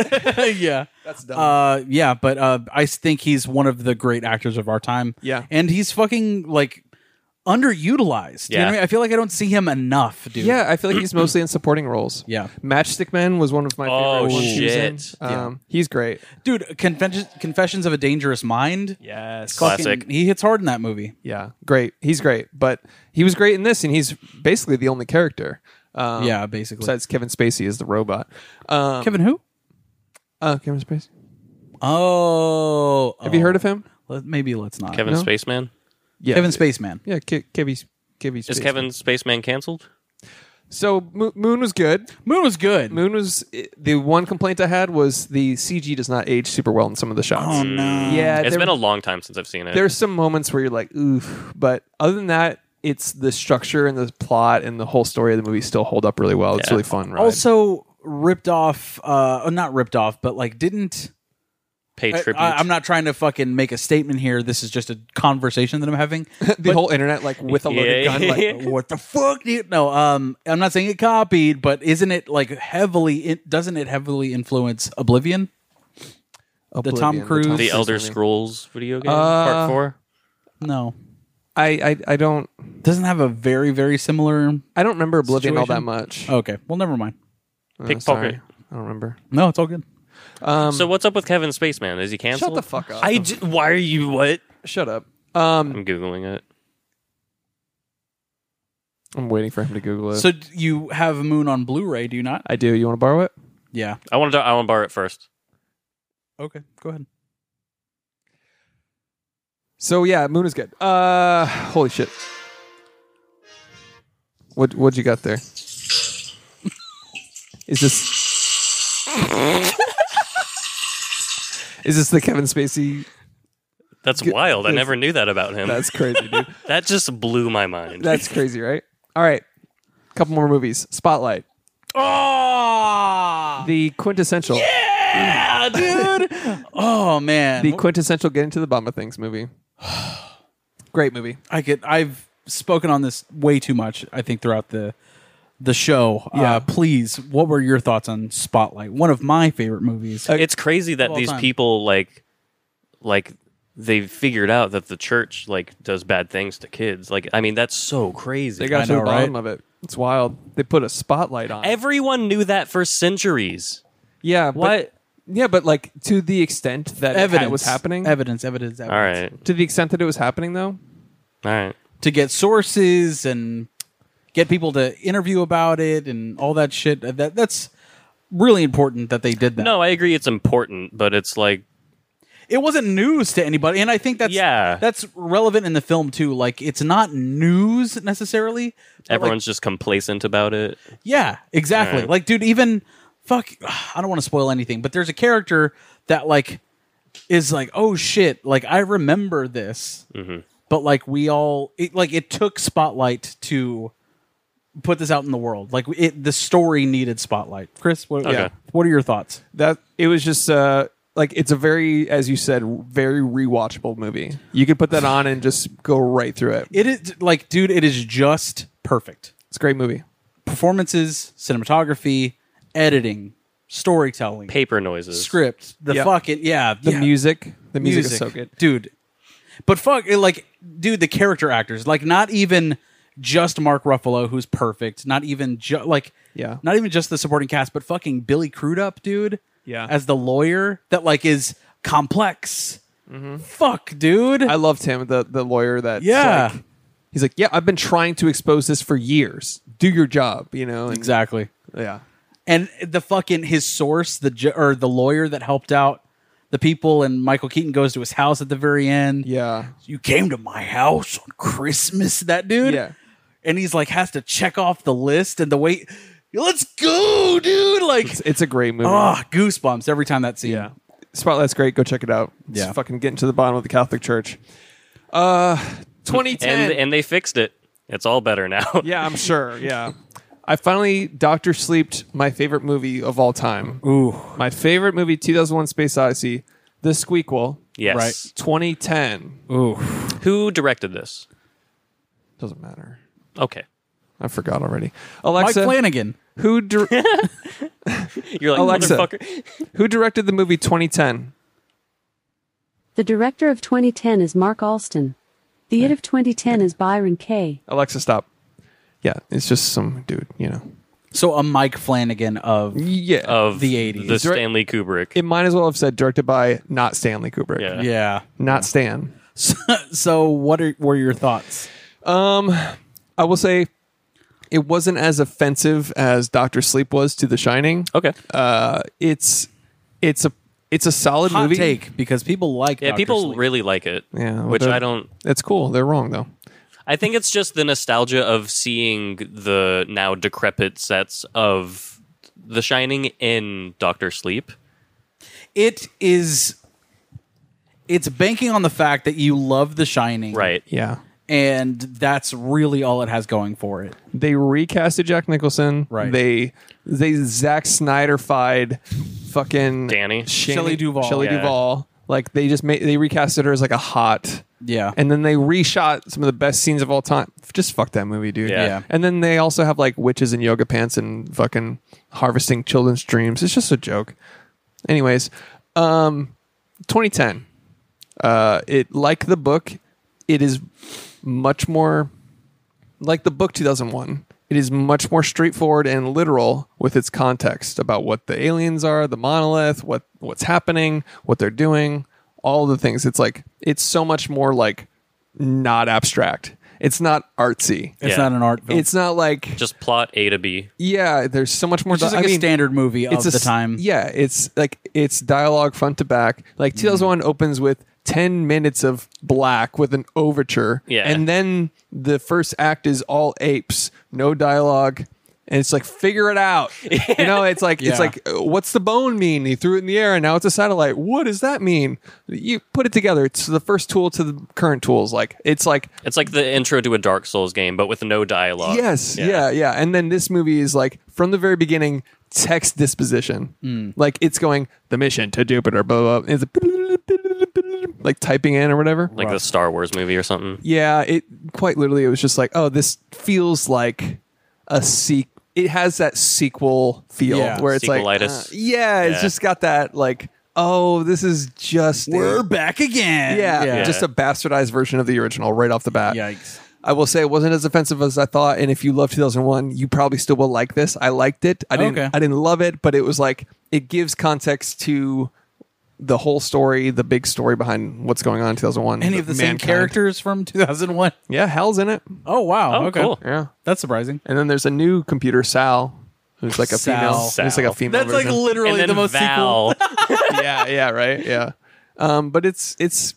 C: yeah, that's dumb. Uh, yeah, but uh, I think he's one of the great actors of our time.
A: Yeah.
C: and he's fucking like underutilized. You
B: Yeah.
C: know what I, mean? I feel like I don't see him enough, dude.
A: yeah, I feel like he's mostly in supporting roles.
C: Yeah.
A: Matchstick Man was one of my
B: Oh,
A: favorite ones. he was in.
B: shit.
A: Um, He's great.
C: dude. Confessions, Confessions of a Dangerous Mind.
A: Yes.
B: Classic.
C: Fucking- He hits hard in that movie.
A: Yeah, great. He's great, but he was great in this, and he's basically the only character. Um,
C: Yeah, basically.
A: Besides Kevin Spacey is the robot. Um,
C: Kevin, who?
A: uh, Kevin Spacey.
C: Oh,
A: Have you heard of him?
C: Let, maybe let's not.
B: Kevin
A: No.
B: Spaceman.
A: Yeah.
C: Kevin Spaceman.
A: Yeah, Ke- Kevin. Kevin.
B: Is
A: Spacey.
B: Kevin Spaceman canceled?
A: So Mo- Moon was good.
C: Moon was good.
A: Moon was the one complaint I had was the CG does not age super well in some of the shots.
C: Oh no.
A: Yeah,
B: It's
A: Uh, there-
B: been a long time since I've seen it.
A: there's some moments where you're like, oof. But other than that, it's the structure and the plot and the whole story of the movie still hold up really well. It's
B: Yeah.
A: really fun. Right?
C: Also ripped off. Uh, oh, not ripped off, but like didn't.
B: Pay
C: I,
B: tribute.
C: I- I'm not trying to fucking make a statement here. This is just a conversation that I'm having.
A: the whole internet like with a loaded
B: Yeah.
A: gun, like
C: what the fuck? Dude? No, um, I'm not saying it copied, but isn't it like heavily? It, doesn't it heavily influence Oblivion?
A: Oblivion,
C: Tom Cruise-
B: the
A: Cruise
B: Elder
A: movie.
B: Scrolls video game,
A: Uh,
B: part four.
C: No,
A: I, I I don't
C: doesn't have a very very similar.
A: I don't remember Oblivion all that
C: Situation?
A: much.
C: Okay, well, never mind.
A: Oh,
B: pickpocket.
A: sorry. I don't remember.
C: No, it's all good.
A: Um,
B: So what's up with Kevin Spaceman? Is he canceled?
A: shut the fuck up.
B: I j- why are you what?
A: shut up. Um,
B: I'm googling it.
A: I'm waiting for him to Google it.
C: So d- you have Moon on Blu-ray, do you not?
A: I do. You want to borrow it?
C: Yeah.
B: I want to. I want to borrow it first.
C: Okay, go ahead.
A: So yeah, Moon is good. Uh, holy shit. What what you got there? Is this? is this the Kevin Spacey?
B: That's wild. I never knew that about him.
A: That's crazy, dude.
B: that just blew my mind.
A: That's crazy, right? All right, couple more movies. Spotlight,
C: Oh,
A: the quintessential,
C: yeah, dude. oh man,
A: the quintessential get into the bomb of things movie. Great movie.
C: I could. I've spoken on this way too much. I think throughout the the show.
A: Yeah.
C: Uh, please, what were your thoughts on Spotlight? One of my favorite movies.
B: it's crazy that
C: all
B: these
C: time.
B: people like, like they figured out that the church like does bad things to kids. Like, I mean, that's so crazy.
A: They got
C: I
A: to
C: know,
A: the bottom
C: right?
A: of it. It's wild. They put a spotlight on. it.
B: Everyone knew that for centuries.
A: yeah.
B: What?
A: But, yeah, but like to the extent that
C: evidence
A: it was happening.
C: Evidence. Evidence. evidence.
B: All right,
A: to the extent that it was happening, though,
B: all right.
C: To get sources and get people to interview about it and all that shit. Uh, That that's really important that they did that.
B: No, I agree. It's important, but it's like
C: it wasn't news to anybody and i think that's
B: Yeah.
C: that's relevant in the film too like it's not news necessarily but, like,
B: everyone's just complacent about it.
C: yeah exactly
B: Alright.
C: like dude even fuck i don't want to spoil anything but there's a character that like is like oh shit like i remember this but like we all it, like it took spotlight to put this out in the world like it the story needed spotlight chris what,
B: Okay.
C: what are your thoughts
A: that it was just uh, like it's a very, as you said, very rewatchable movie. You could put that on and just go right through it.
C: it is like dude it is just perfect
A: It's a great movie.
C: performances, cinematography, editing, storytelling,
B: Paper noises.
C: script, the
A: Yep.
C: fucking yeah,
A: The
C: yeah.
A: music, the music, is so good.
C: dude. But fuck, it, like, dude, the character actors, like, not even just Mark Ruffalo, who's perfect, not even ju- like,
A: Yeah.
C: not even just the supporting cast, but fucking Billy Crudup, dude,
A: Yeah.
C: as the lawyer that like is complex. Fuck, dude,
A: I loved him, the the lawyer that
C: yeah,
A: like, he's like, yeah, I've been trying to expose this for years. Do your job, you know. and-
C: exactly.
A: Yeah.
C: and the fucking his source the ju- or the lawyer that helped out the people and michael keaton goes to his house at the very end
A: Yeah.
C: you came to my house on christmas that dude
A: Yeah.
C: and he's like has to check off the list and the way let's go dude like
A: It's, it's a great movie.
C: ah goosebumps every time that scene
A: Yeah. Spotlight's great. Go check it out. It's
C: Yeah.
A: fucking getting to the bottom of the Catholic Church. Uh, 2010.
B: and and they fixed it. It's all better now.
A: yeah, I'm sure. Yeah. I finally Doctor Sleeped my favorite movie of all time.
C: ooh
A: My favorite movie, 2001 Space Odyssey, The Squeakquel,
B: Yes.
A: 2010.
C: Ooh.
B: Who directed this?
A: Doesn't matter.
B: Okay.
A: I forgot already.
C: Mike
A: Alexa,
C: Flanagan.
A: who dir-
B: You're like
A: Alexa.
B: motherfucker.
A: who directed the movie 2010?
F: The director of 2010 is Mark Alston. The it of 2010 is Byron K.
A: Alexa, stop. Yeah, it's just some dude, you know.
C: So a Mike Flanagan of
A: Yeah.
B: Of
C: The 80s.
B: The
A: Direct-
B: Stanley Kubrick.
A: it might as well have said directed by not Stanley Kubrick.
B: Yeah.
C: yeah.
A: Not Stan.
C: So, so what are, were your thoughts?
A: I will say it wasn't as offensive as Doctor Sleep was to The Shining.
B: Okay.
A: Uh, it's it's a it's a solid
C: Hot
A: movie.
C: take because people like
B: yeah,
C: Dr.
B: people
C: Sleep.
B: really like it.
A: Yeah, well,
B: Which
A: they're-
B: I don't
A: It's cool. They're wrong though.
B: I think it's just the nostalgia of seeing the now decrepit sets of The Shining in Doctor Sleep.
C: it is it's banking on the fact that you love The Shining,
B: Right.
A: Yeah.
C: And that's really all it has going for it.
A: They recasted Jack Nicholson.
C: Right.
A: They they Zack Snyderfied fucking
B: Danny.
A: Shani-
C: Shelley Duvall.
A: Shelley
B: Yeah.
A: Duvall. Like they just made they recasted her as like a hot.
C: Yeah.
A: And then they reshot some of the best scenes of all time. Just fuck that movie, dude.
B: Yeah.
C: Yeah.
A: And then they also have like witches in yoga pants and fucking harvesting children's dreams. It's just a joke. Anyways, um, 2010. Uh, it like the book, it is much more like the book 2001. It is much more straightforward and literal with its context about what the aliens are, the monolith, what what's happening, what they're doing, all the things. It's like it's so much more like not abstract. It's not artsy.
C: It's
B: Yeah.
C: not an art film.
A: It's not like
B: Just plot A to B.
A: yeah. There's so much more.
C: just
A: di-
C: like
A: I
C: a
A: mean,
C: standard movie of
A: it's a
C: the
A: s-
C: time.
A: Yeah, it's like it's dialogue front to back. Like
C: Mm-hmm.
A: 2001 opens with 10 minutes of black with an overture.
B: Yeah.
A: And then the first act is all apes, no dialogue. And it's like figure it out. You know, it's like
C: Yeah.
A: it's like uh, what's the bone mean? He threw it in the air and now it's a satellite. What does that mean? You put it together. It's the first tool to the current tools. Like it's like
B: It's like the intro to a Dark Souls game, but with no dialogue.
A: Yes, yeah. yeah, And then this movie is like from the very beginning text disposition.
B: Mm.
A: Like it's going the mission to Jupiter, blah blah. blah. It's a like typing in or whatever.
B: Like the Star Wars movie or something.
A: yeah, it quite literally it was just like, oh, this feels like a sequel. It has that sequel feel
C: Yeah.
A: where it's like,
B: Sequelitis.
A: uh, yeah, it's
B: Yeah.
A: just got that like, oh, this is just
C: We're back again.
A: yeah,
C: Yeah.
A: just a bastardized version of the original right off the bat.
C: Yikes.
A: I will say it wasn't as offensive as I thought, and if you love 2001, you probably still will like this. I liked it. I didn't.
C: Okay.
A: I didn't love it, but it was like it gives context to the whole story, the big story behind what's going on in 2001.
C: Any of the same
A: mankind.
C: characters from 2001?
A: Yeah, Hell's in it.
C: Oh wow.
B: Oh,
C: okay.
B: cool.
A: Yeah,
C: That's surprising.
A: and then there's a new computer, Sal, who's like a
C: Sal.
A: female. It's like a
B: Sal.
A: female.
C: That's like
A: version.
B: And
C: literally
B: then
C: the most sequel.
B: Val.
A: yeah, yeah, right, yeah. Um, but it's it's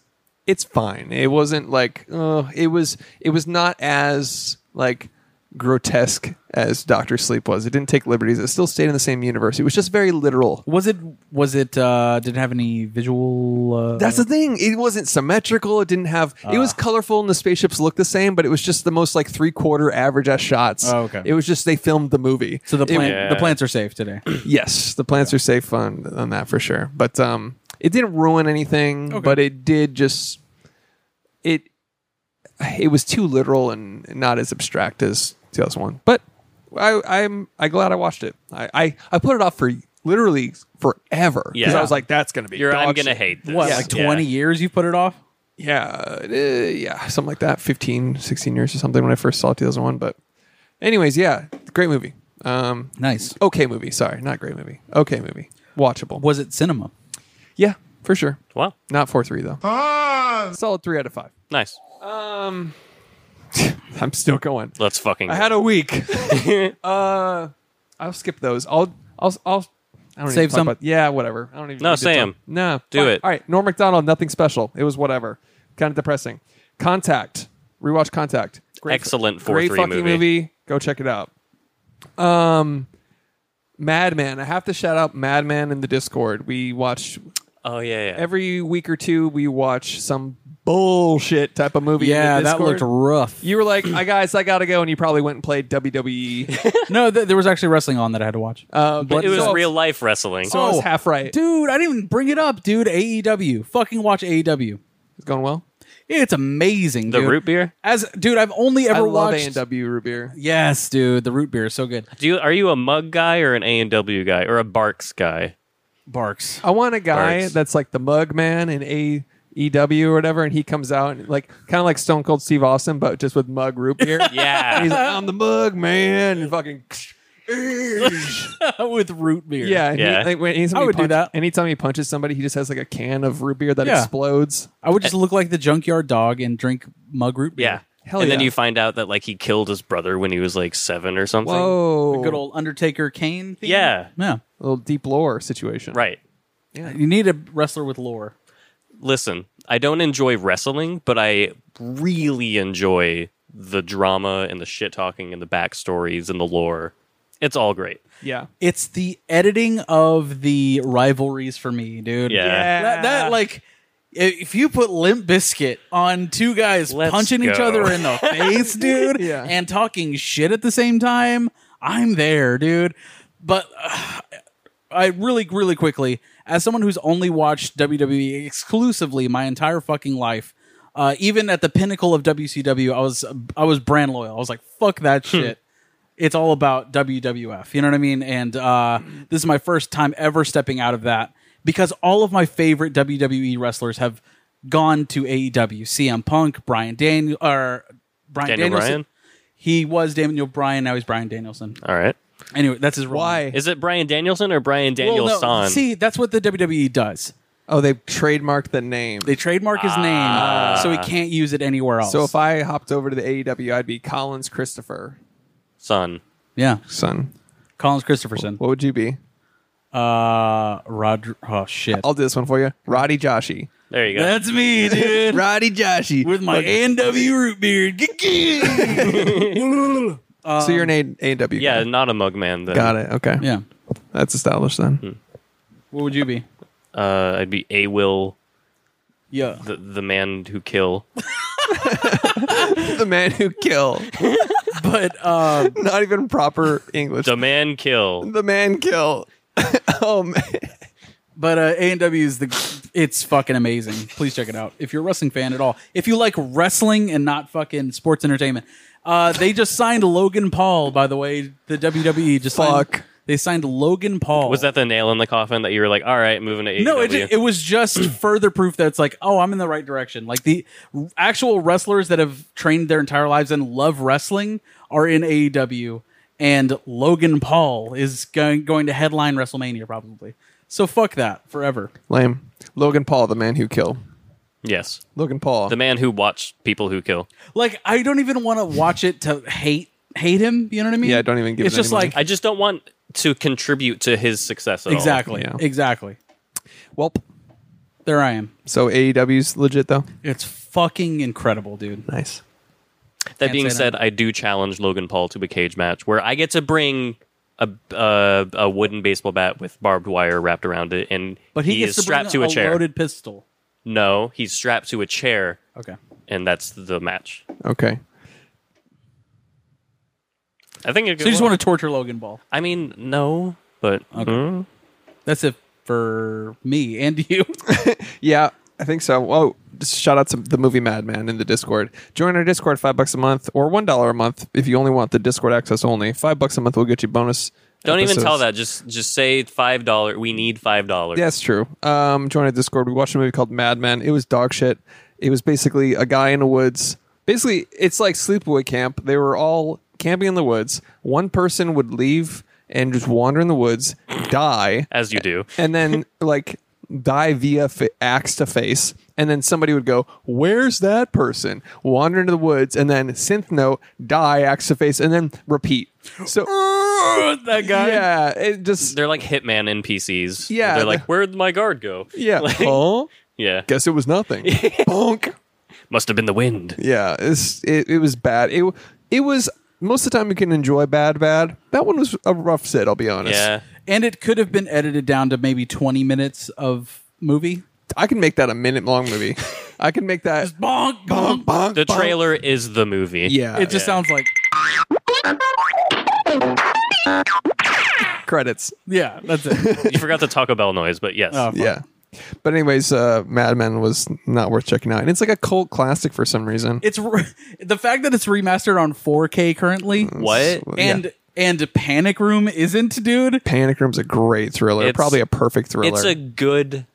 A: it's fine. It wasn't like uh, it was it was not as like grotesque as Doctor Sleep was. It didn't take liberties. It still stayed in the same universe. It was just very literal.
C: Was it? Was it? uh Did it have any visual? Uh,
A: That's the thing. It wasn't symmetrical. It didn't have. it
C: Ah.
A: was colorful, and the spaceships looked the same, but it was just the most like three quarter average ass shots.
C: Oh, okay.
A: It was just they filmed the movie.
C: so the
A: It-
C: plant,
B: Yeah.
C: the plants are safe today.
A: Yes, the plants are safe on on that for sure. But um, it didn't ruin anything.
C: Okay.
A: But it did just it it was too literal and not as abstract as 2001. But I I'm I glad I watched it. I I, I put it off for literally forever because
B: Yeah.
A: I was like, that's gonna be.
B: You're,
A: dog
B: I'm going to
A: shit."
B: hate this.
C: What?
A: Yeah.
C: Like
B: Yeah.
C: 20 years? You put it off?
A: Yeah, uh, yeah, something like that. 15, 16 years or something when I first saw 2001. But anyways, yeah, great movie. Um,
C: Nice.
A: okay movie. Sorry, not great movie. Okay movie. Watchable.
C: Was it cinema?
A: Yeah, for sure.
B: Wow.
A: Not four three though. Solid three out of five.
B: Nice.
A: I'm still going.
B: Let's fucking.
A: I had a week. uh, I'll skip those. I'll I'll I'll. I don't
C: Save
A: even talk
C: some.
A: About, yeah, whatever. I don't even.
B: No,
A: need to
B: say
A: talk-
B: 'em.
A: No,
B: Do
A: fine.
B: it.
A: All right, Norm Macdonald. Nothing special. It was whatever. Kind of depressing. Contact. Rewatch Contact. Great,
B: Excellent
A: Great
B: 4-3
A: fucking
B: movie.
A: Go check it out. Um, Madman. I have to shout out Madman in the Discord. We watched
B: oh, yeah, yeah.
A: every week or two we watch some bullshit type of movie. in the
C: yeah, that
A: Discord.
C: looked rough.
A: You were like, "I guys, I gotta go," and you probably went and played E. WWE.
C: no, th- there was actually wrestling on that I had to watch.
A: Uh, but
B: It was
A: so-
B: real life wrestling.
A: So I was half right.
C: Oh. dude, I didn't even bring it up, dude. AEW, fucking watch AEW.
A: It's going well.
C: It's amazing.
B: the
C: dude.
B: root beer.
C: as dude, I've only ever
A: I love A
C: watched.
A: and W root beer.
C: Yes, dude, the root beer is so good.
B: Do you are you a mug guy or an A and W guy or a Barks guy?
C: Barks.
A: I want a guy
B: Barks.
A: that's like the Mug Man in A. EW or whatever, and he comes out and like kind of like Stone Cold Steve Austin, but just with mug root beer. And
B: Yeah,
A: he's like, I'm the mug man, and fucking
C: Uh, with root beer.
A: yeah, and he-
B: Yeah.
A: like, when, anytime
C: I
A: he
C: would do
A: punch-
C: that.
A: Anytime he punches somebody, he just has like a can of root beer that
C: Yeah.
A: explodes.
C: I would just look like the junkyard dog and drink mug root beer.
B: Eh. yeah.
A: Hell
B: and then
A: yeah.
B: you find out that like he killed his brother when he was like seven or something.
A: Whoa,
C: Good old Undertaker Kane. Thing.
B: Yeah.
C: Yeah.
A: little deep lore situation,
B: Right.
C: You need a wrestler with lore.
B: Listen, I don't enjoy wrestling, but I really enjoy the drama and the shit talking and the backstories and the lore. It's all great.
A: Yeah,
C: It's the editing of the rivalries for me, dude.
B: Yeah. Yeah.
C: That, that, like if you put Limp Biscuit on two guys
B: Let's
C: punching each
B: go.
C: other in the face, dude,
A: Yeah.
C: and talking shit at the same time, I'm there, dude. But uh, I really, really quickly, as someone who's only watched WWE exclusively my entire fucking life, uh, even at the pinnacle of WCW, I was I was brand loyal. I was like, fuck that
B: Hmm.
C: shit. It's all about WWF. You know what I mean? And uh, this is my first time ever stepping out of that because all of my favorite WWE wrestlers have gone to E AEW. CM Punk, Brian Daniel, or Brian
B: Daniel
C: Danielson.
B: Bryan?
C: He was Daniel Bryan. Now he's Brian Danielson.
B: All right.
C: Anyway, that's his role.
A: why?
B: Is it Brian Danielson or Brian
C: Well,
B: Daniel
C: no,
B: San?
C: see, that's what the WWE does.
A: oh, they trademarked the name.
C: They trademark his name,
B: Ah.
C: so he can't use it anywhere else.
A: so if I hopped over to the AEW, I'd be Collins Christopher.
B: Son.
C: yeah,
A: Son,
C: Collins Christopherson,
A: what would you be?
C: uh, Rod. Oh shit,
A: I'll do this one for you. Roddy Joshy.
B: There you go.
C: that's me, dude,
A: Roddy Joshy.
C: with my AW root beard.
A: so you're an A- AEW.
B: yeah,
A: guy.
B: not a mug man. Then.
A: Got it. Okay.
C: Um, yeah,
A: That's established then.
B: Hmm.
C: what would you be?
B: Uh, I'd be A Will,
C: Yeah,
B: the, the man who kill.
A: the man who kill.
C: but uh,
A: Not even proper English.
B: The man kill.
A: The man kill. oh man.
C: but uh, AW is the. It's fucking amazing. Please check it out if you're a wrestling fan at all. If you like wrestling and not fucking sports entertainment, uh, they just signed Logan Paul. By the way, the WWE just signed-
A: Fuck.
C: they signed Logan Paul.
B: Was that the nail in the coffin that you were like, all right, moving to E AEW?
C: No, it, ju- it was just further proof that it's like, oh, I'm in the right direction. Like the r- actual wrestlers that have trained their entire lives and love wrestling are in AEW, and Logan Paul is going going to headline WrestleMania probably. So fuck that forever.
A: Lame. Logan Paul, the man who kill.
B: yes.
A: Logan Paul.
B: The man who watched people who kill.
C: Like I don't even want to watch it to hate hate him. You know what I mean?
A: Yeah, don't even give
C: It's
A: it any
C: just
A: money.
C: like
B: I just don't want to contribute to his success at all.
C: exactly,
A: Yeah.
C: exactly.
A: Welp.
C: There I am.
A: So AEW's legit though.
C: It's fucking incredible, dude.
A: Nice.
B: That
C: Can't
B: being
C: say no.
B: said, I do challenge Logan Paul to a cage match where I get to bring a uh, a wooden baseball bat with barbed wire wrapped around it, and
C: But he,
B: is
C: gets to bring
B: strapped to a, chair.
C: loaded pistol.
B: No, he's strapped to a chair,
C: Okay.
B: and that's the match.
A: Okay.
B: I think. It
C: So you just want to torture Logan Paul.
B: I mean, no, but Hmm?
C: That's it for me and you.
A: Yeah, I think so. Whoa. Just shout out to the movie Madman in the Discord. Join our Discord, five bucks a month or one dollar a month if you only want the Discord access only. Five bucks a month will get you bonus.
B: don't even
A: episodes.
B: tell that. Just just say five dollar. We need five dollars.
A: Yeah, it's true. Um, join our Discord. We watched a movie called Mad Men. It was dog shit. It was basically a guy in the woods. Basically, it's like sleepaway camp. They were all camping in the woods. One person would leave and just wander in the woods, die,
B: as you do.
A: and then like die via fa- axe to face. And then somebody would go, "Where's that person?" Wander into the woods, and then synth note, die axe to face, and then repeat. So
B: Oh,
C: that guy.
A: yeah, it just
B: They're like hitman NPCs.
A: Yeah,
B: they're
A: the-
B: like, where'd my guard go?
A: yeah.
B: Like,
A: Huh?
B: yeah.
A: Guess it was nothing. Bonk.
B: Must have been the wind.
A: Yeah, it's, it it was bad. It it was most of the time you can enjoy bad bad. That one was a rough sit. I'll be honest.
B: Yeah.
C: And it could have been edited down to maybe 20 minutes of movie.
A: I can make that a minute long movie. I can make that.
C: Bonk, bonk.
A: bonk,
B: The
A: bonk.
B: trailer is the movie.
A: Yeah.
C: It just
B: Yeah.
C: sounds like
A: credits.
C: yeah. That's it.
B: You forgot the Taco Bell noise, but yes.
C: Oh.
A: Yeah. But anyways, uh, Mad Men was not worth checking out, and it's like a cult classic for some reason.
C: it's re- the fact that it's remastered on 4K currently.
B: What?
A: Yeah.
C: And and Panic Room isn't, dude.
A: Panic Room's a great thriller,
B: It's-
A: probably a perfect thriller.
B: It's a good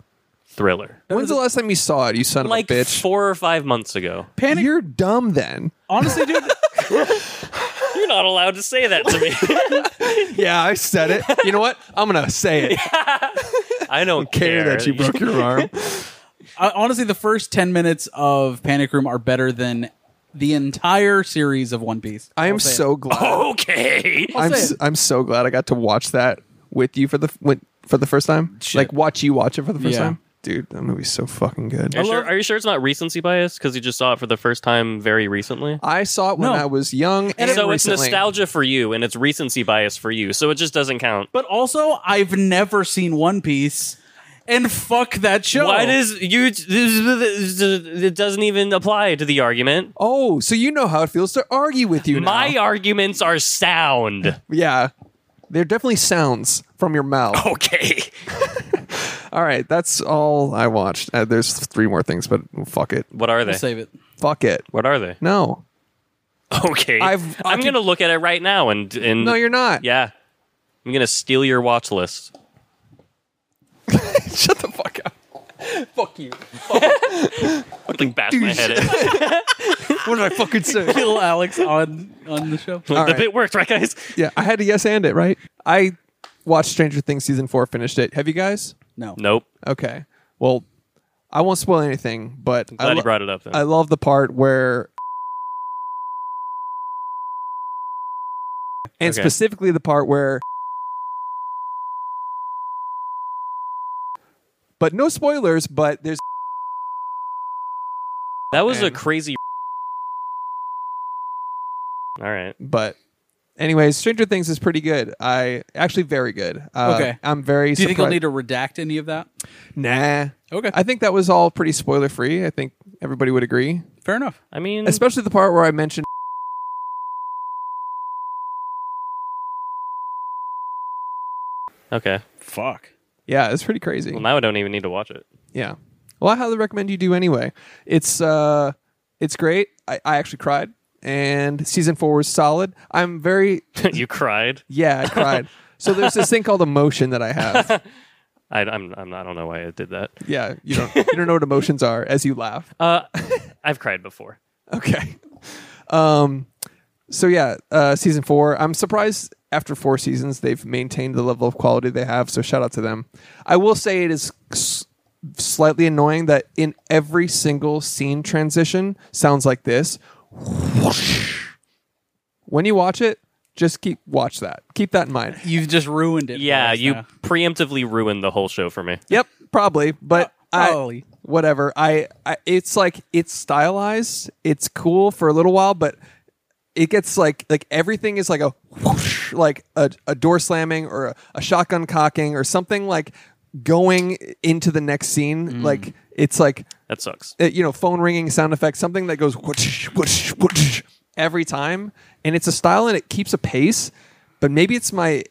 B: thriller.
A: When's the last time you saw it? You son
B: Like
A: of a bitch.
B: four or five months ago.
C: Panic.
A: You're dumb. Then.
C: honestly, dude.
B: You're not allowed to say that to me.
A: Yeah, I said it. You know what? I'm gonna say it.
B: I don't
A: Care that you broke your arm.
C: I, uh, honestly, the first ten minutes of Panic Room are better than the entire series of One Piece.
A: I am
C: I'll say it.
A: so glad.
B: Okay.
A: I'm
C: say
A: s-
C: it.
A: I'm so glad I got to watch that with you for the f- when, for the first time. Like watch you watch it for the first
C: Yeah.
A: time, dude. That movie's so fucking good.
B: Are you, sure,
C: love-
B: are you sure it's not recency bias? Because you just saw it for the first time very recently.
A: I saw it when
C: No.
A: I was young, and,
B: so it's
A: recently.
B: nostalgia for you, and it's recency bias for you. So it just doesn't count.
C: But also, I've never seen One Piece, and fuck that show.
B: Why does you? It doesn't even apply to the argument.
A: Oh, so you know how it feels to argue with you now.
B: My arguments are sound.
A: Yeah. They're definitely sounds from your mouth.
B: Oh. Okay.
A: All right, that's all I watched. Uh, there's three more things, but fuck it.
B: What are
C: I'll
B: they?
C: save it?
A: Fuck it.
B: What are they?
A: No.
B: Okay. i
A: I've- I
B: am
A: can-
B: gonna look at it right now and and
A: No, you're not.
B: yeah. I'm gonna steal your watch list.
A: Shut the fuck up. fuck you.
B: Fucking bash my head in.
A: What did I fucking say?
C: Kill Alex on on the show.
B: the
A: right.
B: bit worked, right, guys?
A: yeah, I had to yes and it, right? I watched Stranger Things season 4, finished it. Have you guys?
C: No,
B: Nope.
A: Okay. Well, I won't spoil anything, but
B: Glad
A: I,
B: you
A: lo-
B: brought it up. Then.
A: I love the part where and
B: Okay.
A: specifically the part where but no spoilers but there's
B: that was a
A: and-
B: crazy. All right.
A: but anyways stranger things is pretty good i actually very good uh,
C: Okay.
A: i'm very
C: Do you think I'll
A: surprised-
C: need to redact any of that?
A: nah
C: Okay.
A: i think that was all pretty spoiler free i think everybody would agree
C: Fair enough.
B: I mean,
A: especially the part where i mentioned
B: okay.
C: Fuck.
A: yeah it's pretty crazy
B: Well, now I don't even need to watch it.
A: Yeah. Well, I highly recommend you do anyway. It's uh, it's great. I, I actually cried, and season four was solid. I'm very
B: you cried.
A: yeah, I cried. so there's this thing called emotion that I have.
B: I, I'm, I'm. I don't know why I did that.
A: Yeah, you don't you don't know what emotions are as you laugh.
B: Uh, I've cried before.
A: Okay. Um. So yeah, uh, season four. I'm surprised after four seasons they've maintained the level of quality they have. So shout out to them. I will say it is s- slightly annoying that in every single scene transition sounds like this. When you watch it, just keep watch that. Keep that in mind.
C: You've just ruined it.
B: Yeah,
C: for us
B: you
C: now.
B: preemptively ruined the whole show for me.
A: Yep, probably, but
C: Uh,
A: I-
C: probably.
A: whatever. I, I it's like it's stylized. It's cool for a little while, but it gets like like everything is like a whoosh, like a, a door slamming or a, a shotgun cocking or something like going into the next scene. Like it's like
B: That sucks.
A: uh, you know phone ringing sound effect, something that goes whoosh, whoosh, whoosh every time, and it's a style and it keeps a pace. But maybe it's my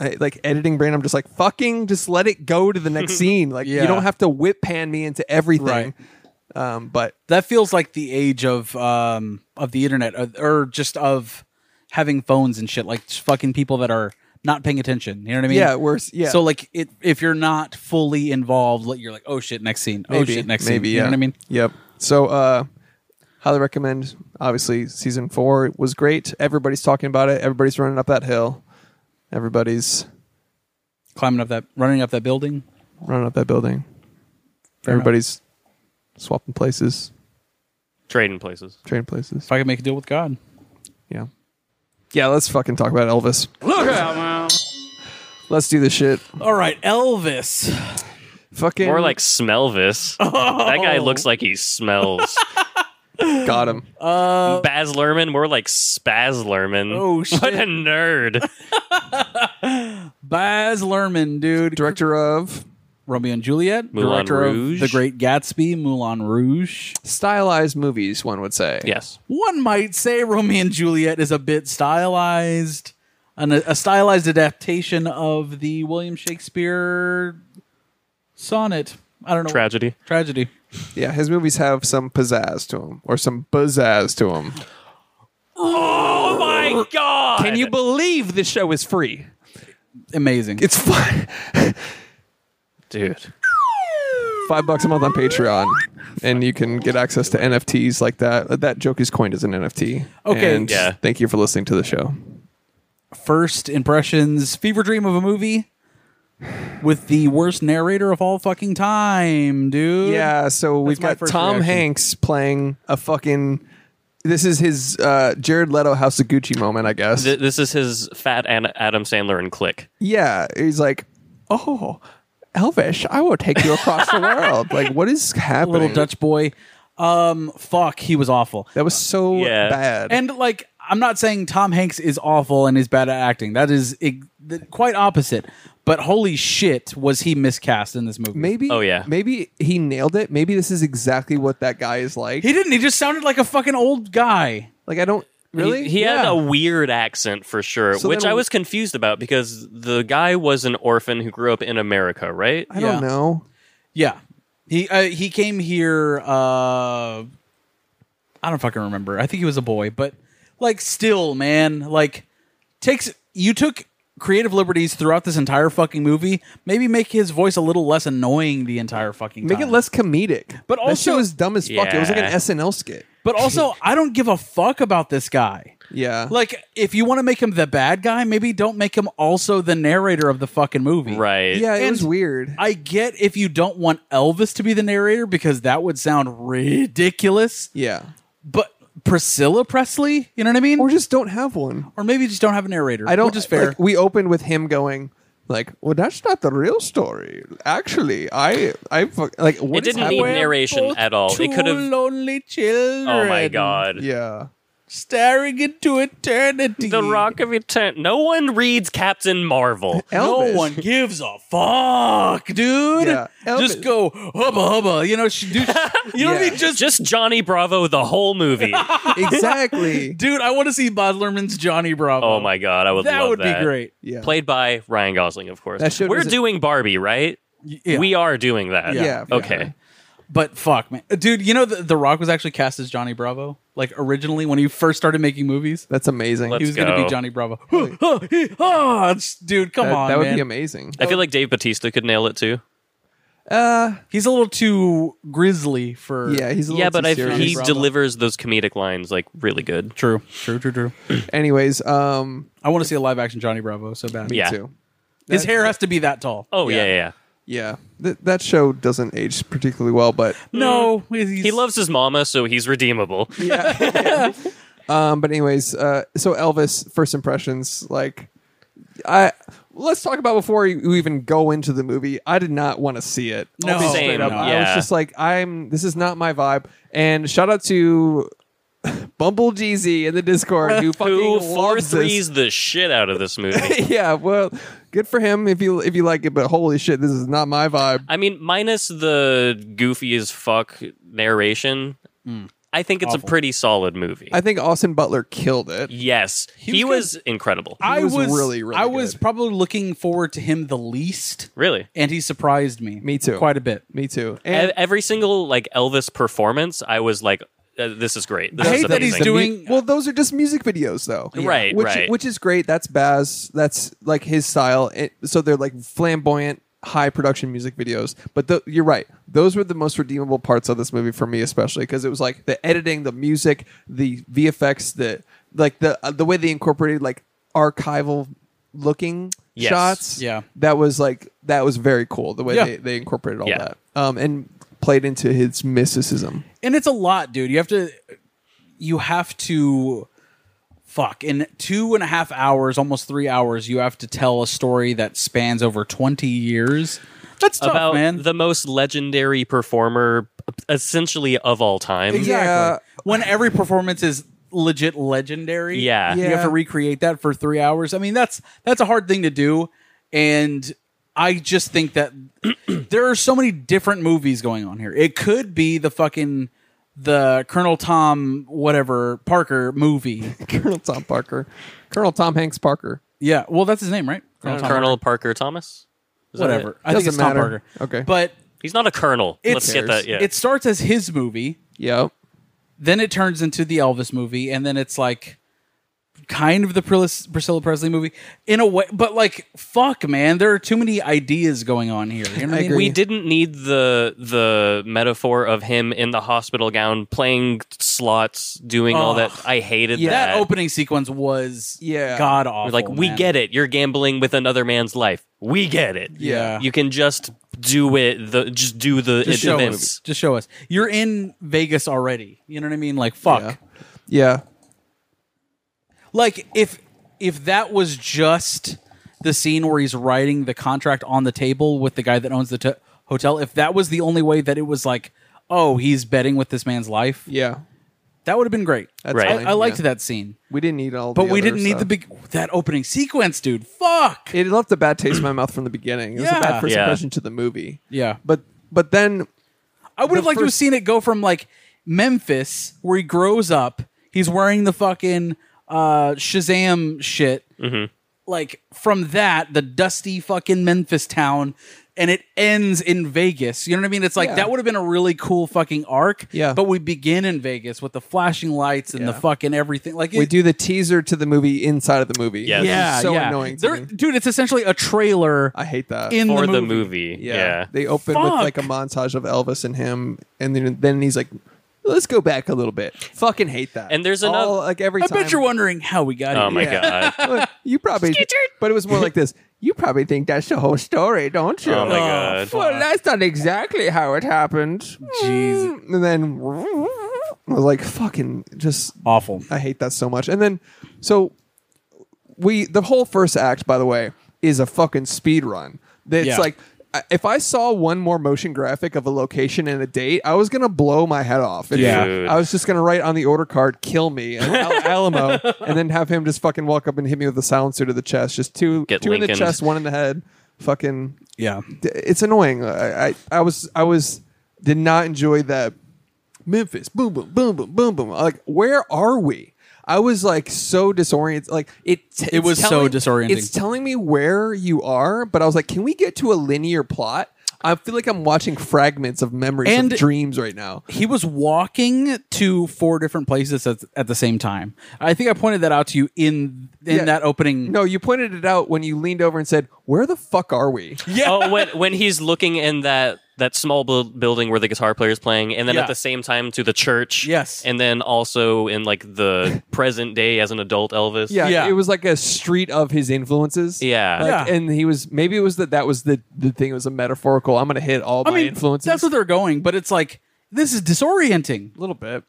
A: I, like editing brain. I'm just like fucking, just let it go to the next scene. Like
C: Yeah.
A: you don't have to whip pan me into everything.
C: Right.
A: Um, but
C: That feels like the age of um of the internet, or, or just of having phones and shit. Like just fucking people that are not paying attention. You know what I mean?
A: yeah, worse. Yeah,
C: So like, it, if you're not fully involved, like, you're like, oh shit, next scene. oh shit, next
A: maybe.
C: scene.
A: yeah.
C: You know what I mean?
A: Yep. So uh, highly recommend. Obviously, season four was great. Everybody's talking about it. Everybody's running up that hill. Everybody's
C: Climbing up that, running up that building.
A: running up that building. Everybody's swapping places,
B: Trading places.
A: trading places.
C: If I could make a deal with God,
A: Yeah. Yeah, let's fucking talk about Elvis. Look out, man. Let's do this shit.
C: All right, Elvis.
A: Fucking
B: More like Smelvis. That guy looks like he smells.
A: got him.
B: Baz Luhrmann, more like Spaz Luhrmann.
C: Oh, shit.
B: What a nerd.
C: Baz Luhrmann, dude.
A: Director of
C: Romeo and Juliet,
B: Moulin
C: director
B: Rouge.
C: of The Great Gatsby, Moulin Rouge.
A: Stylized movies, one would say.
B: Yes.
C: One might say Romeo and Juliet is a bit stylized, an, a stylized adaptation of the William Shakespeare sonnet. I don't know.
B: Tragedy.
C: Tragedy.
A: Yeah, his movies have some pizzazz to them or some pizzazz to them.
B: Oh my god!
A: Can you believe this show is free?
C: Amazing.
A: It's fun.
B: dude?
A: Five bucks a month on Patreon, and you can get access to NFTs like that. That joke is coined as an NFT.
C: Okay.
A: And
B: Yeah.
A: Thank you for listening to the show.
C: First impressions, fever dream of a movie with the worst narrator of all fucking time, dude.
A: Yeah, so we've
C: my
A: got
C: first
A: Tom
C: reaction.
A: Hanks playing a fucking. This is his uh, Jared Leto House of Gucci moment, I guess.
B: Th- this is his fat An- Adam Sandler and Click.
A: yeah, he's like, oh, Elvish, I will take you across the world. Like, what is happening?
C: Little Dutch boy. Um fuck, he was awful.
A: That was so
B: Yeah.
A: bad.
C: And like, I'm not saying Tom Hanks is awful and is bad at acting. That is ig- the, quite opposite. But holy shit, was he miscast in this movie?
A: maybe,
B: Oh, yeah.
A: maybe he nailed it. Maybe this is exactly what that guy is like.
C: he didn't. He just sounded like a fucking old guy.
A: like, I don't really.
B: He, he had
A: Yeah.
B: a weird accent for sure,
A: So
B: which
A: then-
B: I was confused about because the guy was an orphan who grew up in America, right?
A: I don't
C: yeah.
A: know.
C: Yeah, he uh, he came here. uh I don't fucking remember. I think he was a boy, but like, still, man, like, takes you took creative liberties throughout this entire fucking movie. Maybe make his voice a little less annoying the entire fucking.
A: Make
C: time.
A: it less comedic.
C: Uh, But
A: that show
C: also-
A: is dumb as fuck. It was like an
B: Yeah.
A: SNL skit.
C: But also, I don't give a fuck about this guy.
A: Yeah.
C: Like, if you want to make him the bad guy, maybe don't make him also the narrator of the fucking movie.
B: Right.
A: yeah, it
C: and-
A: was weird.
C: I get if you don't want Elvis to be the narrator because that would sound ridiculous,
A: yeah.
C: but Priscilla Presley, you know what I mean?
A: Or
C: Or,
A: just don't have one.
C: maybe just don't have a narrator.
A: I don't.
C: Which is fair.
A: like, we opened with him going, like, "Well, that's not the real story. Actually, I, I fuck- like what
B: It
A: is
B: didn't need
A: happening?"
B: narration
C: both
B: at all.
C: Two
B: It could have.
C: lonely children.
B: Oh my god.
A: Yeah,
C: Staring into eternity.
B: The Rock of Eternity. No one reads Captain Marvel.
A: Elvis.
C: No one gives a fuck, dude.
A: Yeah, Elvis.
C: Just go hubba hubba. You know, she, dude, you know what I
A: Yeah.
C: mean? Just,
B: Just Johnny Bravo the whole movie.
A: exactly.
C: dude, I want to see Bud Lerman's Johnny Bravo.
B: Oh my god, I would
C: that
B: love
C: would
B: that.
C: be great.
A: Yeah,
B: Played by Ryan Gosling, of course.
A: That show
B: We're
A: doesn't-
B: doing Barbie, right?
C: Yeah.
B: We are doing that.
C: Yeah.
A: Yeah, for
B: Okay.
C: But fuck, man, dude, you know the, the Rock was actually cast as Johnny Bravo. Like originally, when he first started making movies,
A: that's amazing.
B: Let's
C: he was going to
B: go.
C: be Johnny Bravo. Ah, it's- dude, come
A: that,
C: on,
A: that would
C: man.
A: be amazing.
B: I feel like Dave Batista could nail it too.
A: Uh,
C: He's a little too grizzly for.
A: yeah, he's a little
B: Yeah, but
A: too
B: I,
A: serious.
B: he
C: Bravo.
B: delivers those comedic lines like really good.
C: True, true, true, true.
A: Anyways, um,
C: I want to see a live action Johnny Bravo so bad.
A: me
B: Yeah.
A: too.
C: His hair has to be that tall.
B: Oh yeah, yeah. yeah.
A: Yeah, Th- that show doesn't age particularly well, but
C: No, he's,
B: Mm-hmm. He loves his mama, so he's redeemable.
A: Um, but anyways, uh, so Elvis first impressions, like I let's talk about before you even go into the movie. I did not want to see it. I'll
C: No.
A: be
C: Same,
A: straight up. I was
B: yeah.
A: just like, I'm this is not my vibe. And shout out to Bumble Jeezy in the Discord who fucking
B: Who four
A: loves this.
B: threes the shit out of this movie?
A: yeah, well, good for him if you if you like it, but holy shit, this is not my vibe.
B: I mean, minus the goofy as fuck narration,
C: Hmm.
B: I think it's a pretty solid movie.
A: I think Austin Butler killed it.
B: yes, he,
C: was
B: was incredible.
C: I
A: was
C: was,
A: really, really
C: I was
A: good.
C: probably looking forward to him the least,
B: really,
C: and he surprised me.
A: Me too.
C: Quite a bit.
A: Me too.
B: E-
A: And
B: every single like Elvis performance, I was like, uh, "This is great. This
C: I
B: is
C: hate that he's
B: amazing."
A: the mu-
C: doing-
A: well those are just music videos though
B: Right,
A: which,
B: right.
A: which is great that's baz that's like his style it, so they're like flamboyant high production music videos but tho- you're right those were the most redeemable parts of this movie for me especially because it was like the editing the music the vfx the like the uh, the way they incorporated like archival looking
B: Yes.
A: shots
C: Yeah.
A: that was like that was very cool the way
C: Yeah.
A: they, they incorporated all
B: Yeah.
A: that um and played into his mysticism
C: and it's a lot, dude. You have to, you have to, fuck in two and a half hours, almost three hours. You have to tell a story that spans over twenty years. That's tough,
B: about
C: man.
B: the most legendary performer, essentially of all time.
C: exactly.
A: Yeah.
C: When every performance is legit legendary,
B: Yeah.
C: you have
A: Yeah.
C: to recreate that for three hours. I mean, that's that's a hard thing to do, and I just think that there are so many different movies going on here. It could be the fucking the Colonel Tom whatever Parker movie.
A: Colonel Tom Parker, Colonel Tom Hanks Parker.
C: Yeah, well that's his name, right? Tom
B: Colonel Parker Thomas. Is that
C: Parker. whatever.
B: it?
C: I think
A: Doesn't
C: it's Tom
A: matter.
C: Parker.
A: Okay.
C: but
B: He's not a colonel.
C: it's
B: Let's get that. Yeah.
C: it starts as his movie,
A: Yep.
C: then it turns into the Elvis movie, and then it's like kind of the Pris- Priscilla Presley movie in a way. But like, fuck, man, there are too many ideas going on here. You know what I mean?
A: agree.
B: we didn't need the the metaphor of him in the hospital gown playing slots, doing all that. I hated
C: that
B: that.
C: opening sequence was
A: Yeah.
C: god awful.
B: like we
C: man.
B: get it. You're gambling with another man's life. We get it.
C: Yeah.
B: You can just do it. The just do the
C: Just show us.
B: events.
C: Just show us. You're in Vegas already. You know what I mean? Like fuck.
A: Yeah. Yeah.
C: Like if if that was just the scene where he's writing the contract on the table with the guy that owns the t- hotel, if that was the only way that it was like, oh, he's betting with this man's life,
A: Yeah.
C: that would have been great.
A: That's
B: Right.
A: fine,
C: I, I liked
A: yeah.
C: that scene,
A: We didn't need all,
C: but
A: the
C: we
A: other
C: didn't need
A: stuff.
C: the big that opening sequence, dude. Fuck.
A: It left a bad taste in my mouth from the beginning. It was
C: Yeah.
A: a bad first
B: Yeah.
A: impression to the movie.
C: Yeah.
A: But but then
C: I would have
A: the
C: liked to have
A: first-
C: seen it go from like Memphis, where he grows up, he's wearing the fucking uh, Shazam shit. Like from that, the dusty fucking Memphis town, and it ends in Vegas. You know what I mean? It's like
A: Yeah.
C: that would have been a really cool fucking arc.
A: Yeah.
C: But we begin in Vegas with the flashing lights and the
A: Yeah.
C: fucking everything. Like
A: we
C: it-
A: do the teaser to the movie inside of the movie.
B: Yeah.
A: Which is
C: Yeah,
A: so
C: yeah.
A: annoying. To
C: There-
A: me.
C: dude. It's essentially a trailer
A: I hate that.
C: in
B: for
C: the
B: the
C: movie.
B: movie.
A: yeah.
B: Yeah.
A: They open with
C: Fuck.
A: like a montage of Elvis and him, and then then he's like, "Let's go back a little bit." Fucking hate that.
B: And there's
A: All-
B: another-
A: like every
C: I
A: time.
C: bet you're wondering how we got
B: Oh
C: here.
B: my god.
A: Look, you probably, but it was more like this. You probably think that's the whole story, don't you?
B: Oh my
C: Oh,
B: god.
A: Well, that's not exactly how it happened. Jeez. And then I was like, fucking, just
C: Awful.
A: I hate that so much. And then, so we the whole first act, by the way, is a fucking speed run. It's
C: Yeah.
A: like I- if I saw one more motion graphic of a location and a date, I was gonna blow my head off. It's-
C: Yeah.
B: Dude.
A: I was just gonna write on the order card, "Kill me," and Al- Alamo, and then have him just fucking walk up and hit me with a silencer to the chest. Just two,
B: Get
A: two in the
B: Lincoln'd.
A: chest, one in the head. Fucking
C: Yeah.
A: it's annoying. I, I I was I was did not enjoy that Memphis boom boom boom boom boom boom. Like where are we? I was like so disoriented. Like it. t-
C: It
A: it's
C: was so
A: telling-
C: disorienting.
A: It's telling me where you are, but I was like, can we get to a linear plot? I feel like I'm watching fragments of memories
C: And-
A: and dreams right now.
C: he was walking to four different places at, at the same time. I think I pointed that out to you in in
A: Yeah.
C: that opening.
A: No, you pointed it out when you leaned over and said, "Where the fuck are we?"
C: Yeah.
B: oh, when when he's looking in that that small bu- building where the guitar player's playing, and then
C: Yeah.
B: at the same time to the church.
C: Yes.
B: and then also in like the present day as an adult Elvis.
A: Yeah,
C: Yeah.
A: it was like a street of his influences.
B: Yeah.
A: Like,
C: Yeah.
A: and he was maybe it was that that was the the thing. It was a metaphorical. I'm gonna hit all
C: I
A: my
C: mean,
A: influences.
C: that's what they're going, but it's like this is disorienting.
A: little bit.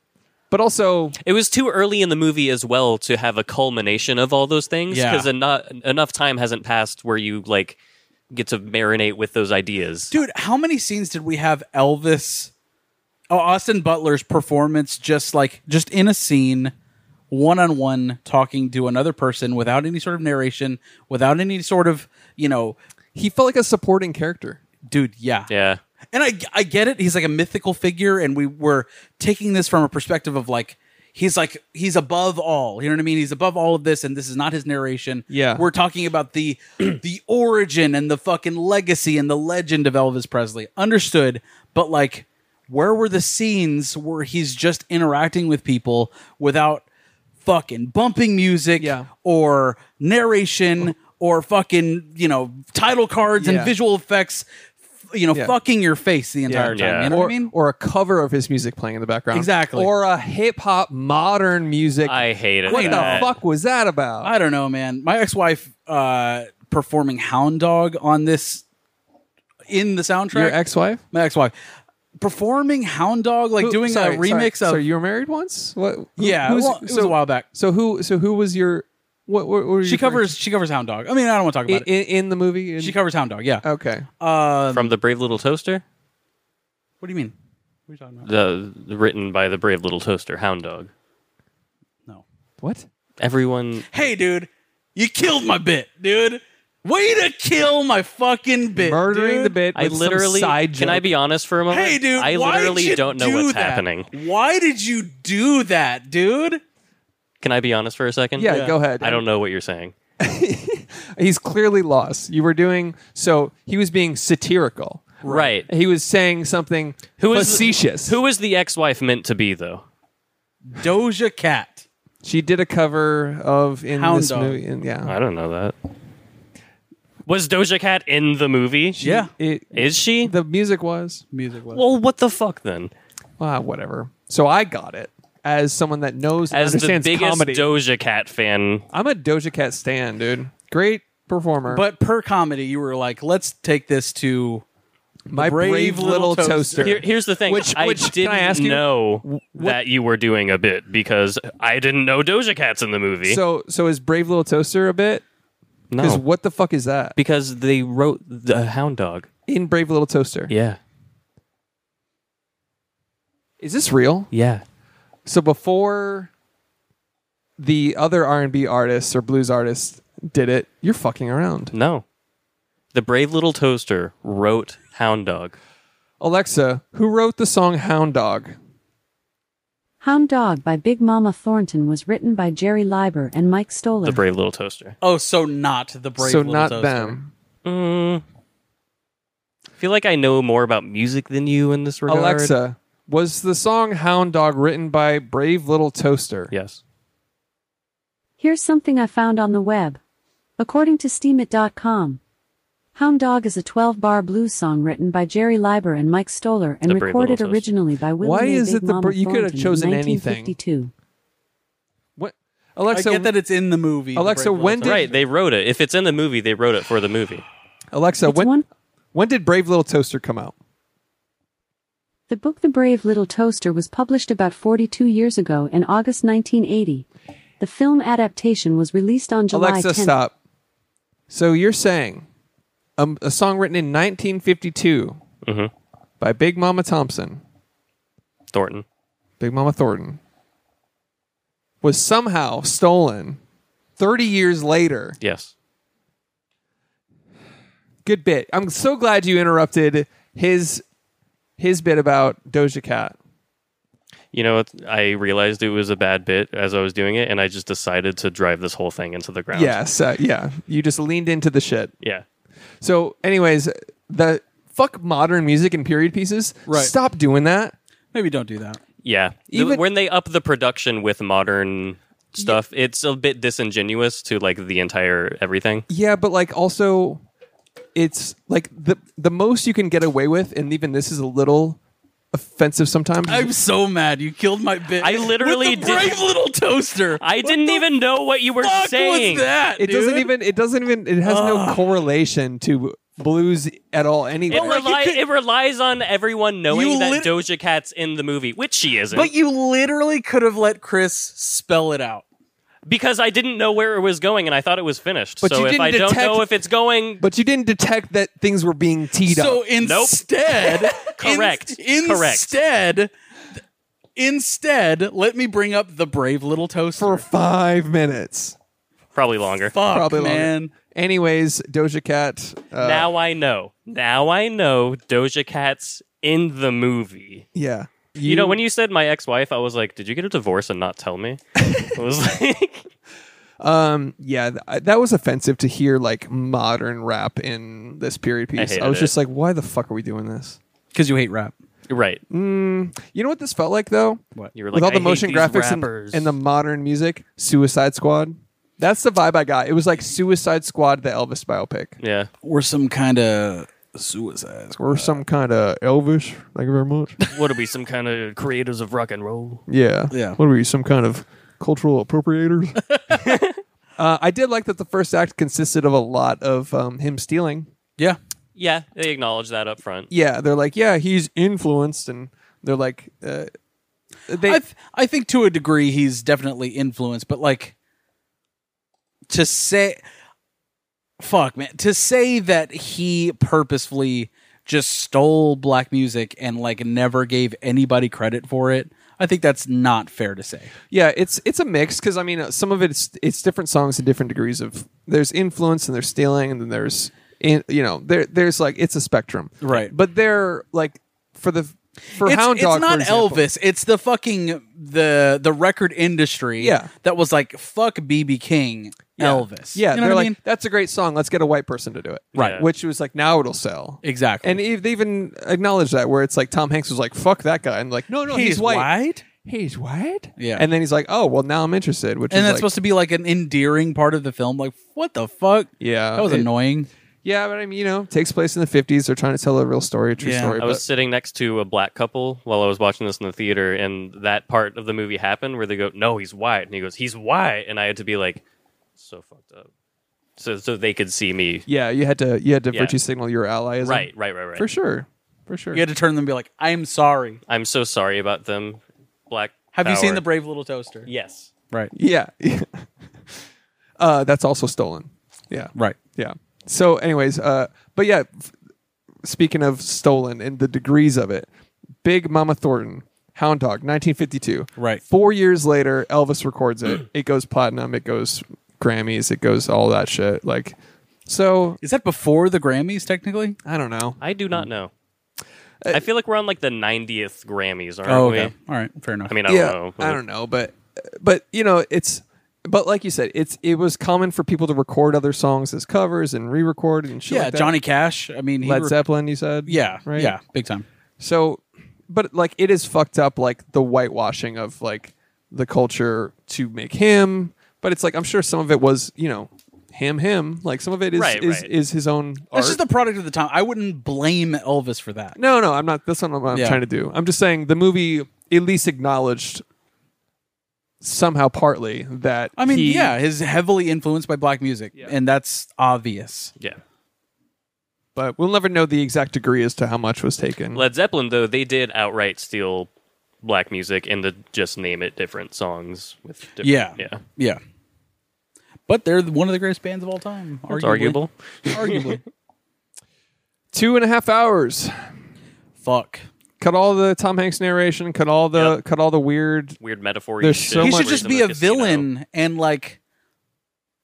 A: But also,
B: It was too early in the movie as well to have a culmination of all those things
C: Yeah.
B: because enough time hasn't passed where you like get to marinate with those ideas.
C: Dude, how many scenes did we have Elvis oh, Austin Butler's performance just like just in a scene one on one talking to another person without any sort of narration, without any sort of, you know,
A: he felt like a supporting character.
C: dude, yeah.
B: Yeah,
C: and I I get it. He's like a mythical figure, and we were taking this from a perspective of like he's like he's above all. You know what I mean? He's above all of this, and this is not his narration.
A: Yeah.
C: we're talking about the the origin and the fucking legacy and the legend of Elvis Presley. Understood, but like, where were the scenes where he's just interacting with people without fucking bumping music
A: Yeah. Oh.
C: or narration? Or fucking, you know, title cards and
A: Yeah.
C: visual effects you know,
A: Yeah.
C: fucking your face the entire
A: Yeah.
C: time.
B: Yeah.
C: You know
A: or,
C: what I mean?
A: or a cover of his music playing in the background.
C: Exactly.
A: Or a hip hop modern music.
B: I hate it.
A: what the
B: that.
A: fuck was that about?
C: I don't know, man. My ex-wife uh, performing Hound Dog on this in the soundtrack.
A: Your ex-wife?
C: my ex-wife performing Hound Dog, like
A: Who-
C: doing
A: sorry,
C: a remix
A: sorry,
C: of
A: sorry, you were married once. What? who-
C: yeah.
A: who's-
C: well, it was a while back.
A: So who? So who was your? What? what, what were
C: She covers she covers Hound Dog. I mean, I don't want to talk
A: in,
C: about it.
A: in, in the movie. In,
C: She covers uh, Hound Dog. Yeah.
A: okay.
B: from the Brave Little Toaster,
C: what do you mean?
B: the written by the Brave Little Toaster Hound Dog.
C: No.
A: what?
B: Everyone,
C: Hey, dude, you killed my bit, dude. Way to kill my fucking bit.
A: Murdering
C: dude.
A: the bit.
B: I
A: with some
B: literally
A: side
B: can I
A: joke.
B: be honest for a moment?
C: Hey, dude.
B: I
C: why
B: literally
C: did you
B: don't know
C: do
B: what's
C: that?
B: happening.
C: Why did you do that, dude?
B: Can I be honest for a second?
A: Yeah, Yeah. go ahead.
B: I don't know what you're saying.
A: He's clearly lost. You were doing so. He was being satirical.
B: Right.
A: He was saying something
B: Who is
A: facetious.
B: Who is the ex-wife meant to be though?
C: Doja Cat.
A: she did a cover of in
C: Hound
A: this
C: Dog.
A: movie? And yeah,
B: I don't know that. Was Doja Cat in the movie?
C: Yeah.
A: It,
B: Is she?
A: the music was
C: Music was.
B: well, what the fuck then?
A: ah whatever. So I got it as someone that knows and
B: As the
A: understands
B: biggest
A: comedy.
B: Doja Cat fan,
A: I'm a Doja Cat stan, dude. Great performer.
C: But per comedy, you were like, let's take this to.
A: my
C: Brave
A: brave,
C: Little
A: little,
C: Toaster.
A: toaster.
B: Here- here's the thing.
A: Which-
B: I
A: which- can
B: didn't
A: I ask you-
B: know that you were doing a bit because I didn't know Doja Cat's in the movie.
A: So so is brave little toaster a bit? Because
B: no,
A: what the fuck is that
B: because they wrote the Hound Dog.
A: in brave little toaster?
B: Yeah,
A: Is this real?
B: yeah.
A: So before the other R and B artists or blues artists did it, you're fucking around.
B: No, the brave little toaster wrote Hound Dog.
A: Alexa, who wrote the song Hound Dog?
F: Hound Dog by Big Mama Thornton was written by Jerry Leiber and Mike Stoller.
B: The brave little toaster.
C: Oh, so not the brave.
A: so
C: Little
A: not
C: Toaster.
A: them.
B: Mm. I feel like I know more about music than you in this regard.
A: Alexa, was the song Hound Dog written by Brave Little Toaster?
B: Yes.
F: Here's something I found on the web. According to steamit.com, Hound Dog is a 12 bar blues song written by Jerry Leiber and Mike Stoller and
B: The Brave
F: recorded
B: Little Toast.
F: originally by Willie
A: Why
F: Mae
A: is
F: Big
A: it the
F: Mama
A: Bra- you could have
F: Thornton in
A: chosen anything.
F: 1952.
A: What?
C: I
A: Alexa,
C: get that it's in the movie. The
A: Alexa,
C: Brave Little
A: when did-
C: Toaster.
B: Right, they wrote it. If it's in the movie, they wrote it for the movie.
A: Alexa,
F: It's
A: when
F: one-
A: when did Brave Little Toaster come out?
F: The book The Brave Little Toaster was published about 42 years ago in August 1980. The film adaptation was released on July
A: Alexa,
F: 10th.
A: stop. So you're saying um, a song written in 1952
B: Mhm.
A: by Big Mama Thompson,
B: Thornton.
A: Big Mama Thornton, was somehow stolen 30 years later.
B: Yes.
A: Good bit. I'm so glad you interrupted his his bit about Doja Cat.
B: You know, it's- I realized it was a bad bit as I was doing it, and I just decided to drive this whole thing into the ground.
A: Yes, uh, yeah. You just leaned into the shit.
B: Yeah.
A: So, anyways, the fuck modern music and period pieces.
C: Right.
A: Stop doing that.
C: Maybe don't do that.
B: Yeah. The-
A: Even-
B: when they up the production with modern stuff, it's a bit disingenuous to like the entire everything.
A: Yeah, but like also, it's like the the most you can get away with, and even this is a little offensive sometimes.
C: I'm so mad. You killed my bit.
B: I literally
C: with the brave
B: did-
C: little toaster.
B: I didn't even know what you were
C: fuck
B: saying.
C: was that?
A: it doesn't
C: dude?
A: even. It doesn't even. It has no correlation to blues at all. Anyway,
B: It, reli- it relies on everyone knowing
C: You
B: that
C: lit-
B: Doja Cat's in the movie, which she isn't.
C: But you literally could have let Chris spell it out.
B: because I didn't know where it was going and I thought it was finished.
A: But
B: so
A: you
B: if
A: didn't
B: I don't
A: detect-
B: know if it's going,
A: but you didn't detect that things were being teed
C: So
A: up.
B: Nope.
C: instead,
B: Correct.
C: in-
B: Correct.
C: Instead, instead, let me bring up the brave little toaster.
A: For five minutes,
B: probably longer.
C: Fuck,
A: probably longer.
C: man.
A: Anyways, Doja Cat. Uh,
B: now I know. Now I know Doja Cat's in the movie.
A: yeah,
B: You, know, when you said my ex-wife, I was like, "Did you get a divorce and not tell me?" I was like,
A: Um, yeah, th- I- that was offensive to hear like modern rap in this period piece. I,
B: hated
A: was just
B: it.
A: like, why the fuck are we doing this?
C: Because you hate rap.
B: "Right."
A: You know what this felt like though?
C: What?
B: You were
A: With
B: like,
A: all the
B: "I hate
A: motion
B: these
A: graphics and,
B: rappers."
A: and the modern music, Suicide Squad. That's the vibe I got. It was like Suicide Squad, the Elvis biopic,
B: yeah,
C: We're some kind of suicides.
A: or some kind of Elvis. Thank you very much.
B: what are we, some kind of creators of rock and roll?
A: Yeah,
C: Yeah.
A: What were you, some kind of cultural appropriators? uh, I did like that the first act consisted of a lot of um, him stealing.
C: Yeah.
B: Yeah, they acknowledge that up front.
A: yeah, they're like, yeah, he's influenced, and they're like, uh, they
C: I, th- I think to a degree he's definitely influenced, but like to say, fuck man, to say that he purposefully just stole black music and like never gave anybody credit for it, I think that's not fair to say.
A: Yeah, it's it's a mix because I mean uh, some of it's it's different songs and different degrees of there's influence and there's stealing and then there's in, you know there there's like it's a spectrum
C: Right.
A: but they're like for the for
C: it's,
A: Hound
C: it's
A: Dog for
C: not
A: example-
C: Elvis. It's the fucking the the record industry.
A: Yeah.
C: that was like fuck BB King, Elvis.
A: yeah
C: you know
A: they're
C: what
A: like
C: I mean?
A: that's a great song let's get a white person to do it
C: Right. Yeah.
A: which was like now it'll sell
C: Exactly.
A: and e- they even acknowledge that where it's like Tom Hanks was like fuck that guy and like no no he's, white. he's white
C: Yeah.
A: and then he's like oh well now I'm interested which
C: and
A: is
C: that's
A: like,
C: supposed to be like an endearing part of the film. Like what the fuck?
A: yeah
C: that was
A: it-
C: annoying.
A: yeah but I mean you know takes place in the 50s they're trying to tell a real story a true
C: Yeah.
A: story
B: I
A: but,
B: was sitting next to a black couple while I was watching this in the theater, and that part of the movie happened where they go, "No, he's white," and he goes, "He's white," and I had to be like, "So fucked up," so so they could see me.
A: yeah you had to you had to
B: Yeah.
A: virtue signal your allies
B: Right, right, right, right.
A: for sure for sure
C: You had to turn them and be like, I'm sorry.
B: I'm so sorry about them. Black.
C: Have you seen
B: power.
C: the Brave Little Toaster?
B: Yes.
C: Right.
A: yeah uh, that's also stolen yeah
C: Right.
A: Yeah. So, anyways, uh, but yeah, f- speaking of stolen and the degrees of it, Big Mama Thornton, Hound Dog, 1952.
C: Right.
A: Four years later, Elvis records it. it goes platinum. It goes Grammys. It goes all that shit. Like, so
C: Is that before the Grammys technically?
A: I don't know.
B: I do not know. I feel like we're on like the 90th Grammys, aren't we?
C: All right. Fair enough.
B: I mean, I
A: yeah,
B: don't know.
A: I don't know, but but you know, it's but like you said, it's it was common for people to record other songs as covers and re-record and shit.
C: yeah,
A: like that.
C: Johnny Cash. I mean, he
A: Led
C: re-
A: Zeppelin. You said,
C: Yeah.
A: right?
C: Yeah. Big time.
A: So, but like it is fucked up, like the whitewashing of like the culture to make him. But it's like I'm sure some of it was, you know, him, him. Like some of it is
B: Right,
A: is,
B: right.
A: is his own art.
C: This is the product of the time. I wouldn't blame Elvis for that.
A: no, no, I'm not. That's not what I'm
C: Yeah.
A: trying to do. I'm just saying the movie at least acknowledged somehow partly that.
C: I mean,
A: he-
C: yeah, he's heavily influenced by black music, and that's obvious.
B: Yeah.
A: but we'll never know the exact degree as to how much was taken.
B: Led Zeppelin, though, they did outright steal black music and the just name it different songs with different,
C: Yeah.
B: yeah.
C: Yeah. But they're one of the greatest bands of all time.
B: It's arguable.
C: Arguably.
A: Two and a half hours.
C: Fuck.
A: Cut all the Tom Hanks narration. Cut all the cut all the weird.
B: Weird metaphor.
A: There's so
C: he
A: much-
C: should just be a villain and like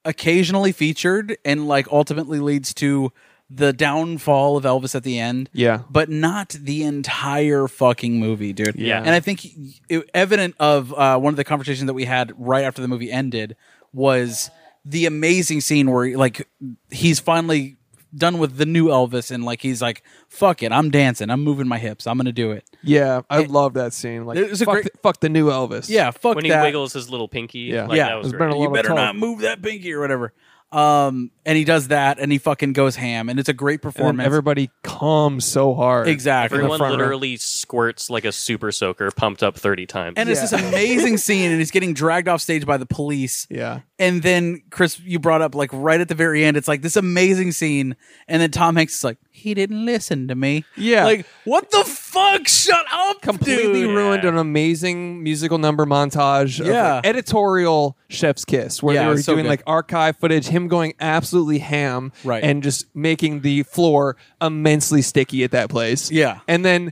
C: occasionally featured and like ultimately leads to the downfall of Elvis at the end.
A: Yeah.
C: But not the entire fucking movie, dude.
B: Yeah.
C: And I think he- it, evident of uh, one of the conversations that we had right after the movie ended was the amazing scene where like he's finally done with the new Elvis and like he's like fuck it I'm dancing I'm moving my hips I'm going to do it.
A: Yeah, I love that scene. Like,
C: There's a
A: fuck,
C: great-
A: the, fuck the new Elvis.
C: Yeah, fuck
B: When he
C: that.
B: wiggles his little pinky.
A: Yeah.
B: Like,
C: Yeah.
B: That was
A: It's been
B: great.
A: a lot
C: you
A: of
C: better
A: talk.
C: not move that pinky or whatever. Um, and he does that, and he fucking goes ham, and it's a great
A: And then
C: performance.
A: everybody calms so hard.
C: exactly.
B: Everyone
A: front row.
B: literally squirts like a super soaker pumped up 30 times.
C: and it's this amazing scene, and he's getting dragged off stage by the police.
A: Yeah.
C: And then Chris, you brought up like right at the very end, it's like this amazing scene, and then Tom Hanks is like, he didn't listen to me.
A: Yeah.
C: like what the fuck? Shut up,
A: Completely
C: dude.
A: ruined
B: Yeah.
A: an amazing musical number montage. Of
C: Yeah.
A: like, editorial Chef's Kiss, where
C: Yeah,
A: they
C: it
A: were
C: was so
A: doing
C: good.
A: like archive footage, him going absolutely ham,
C: Right.
A: and just making the floor immensely sticky at that place.
C: Yeah.
A: and then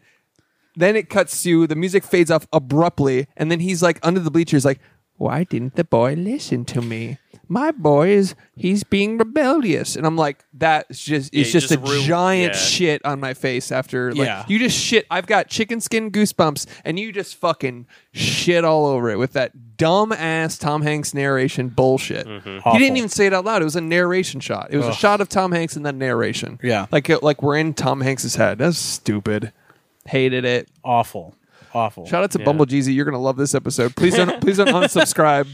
A: then it cuts to the music fades off abruptly, and then he's like under the bleachers, like, why didn't the boy listen to me? My boy is he's being rebellious, and I'm like, that's just it's
B: you
A: just, a
B: just ru-
A: giant
B: yeah.
A: shit on my face after like
C: Yeah.
A: you just shit. I've got chicken skin goosebumps, and you just fucking shit all over it with that dumb ass Tom Hanks narration bullshit. He
C: Awful.
A: didn't even say it out loud. It was a narration shot. It was a shot of Tom Hanks and then narration.
C: Yeah.
A: like it- like we're in Tom Hanks's head. That's stupid. Hated it.
C: Awful, awful.
A: Shout out to Bumble Jeezy. You're gonna love this episode. Please don't please don't unsubscribe.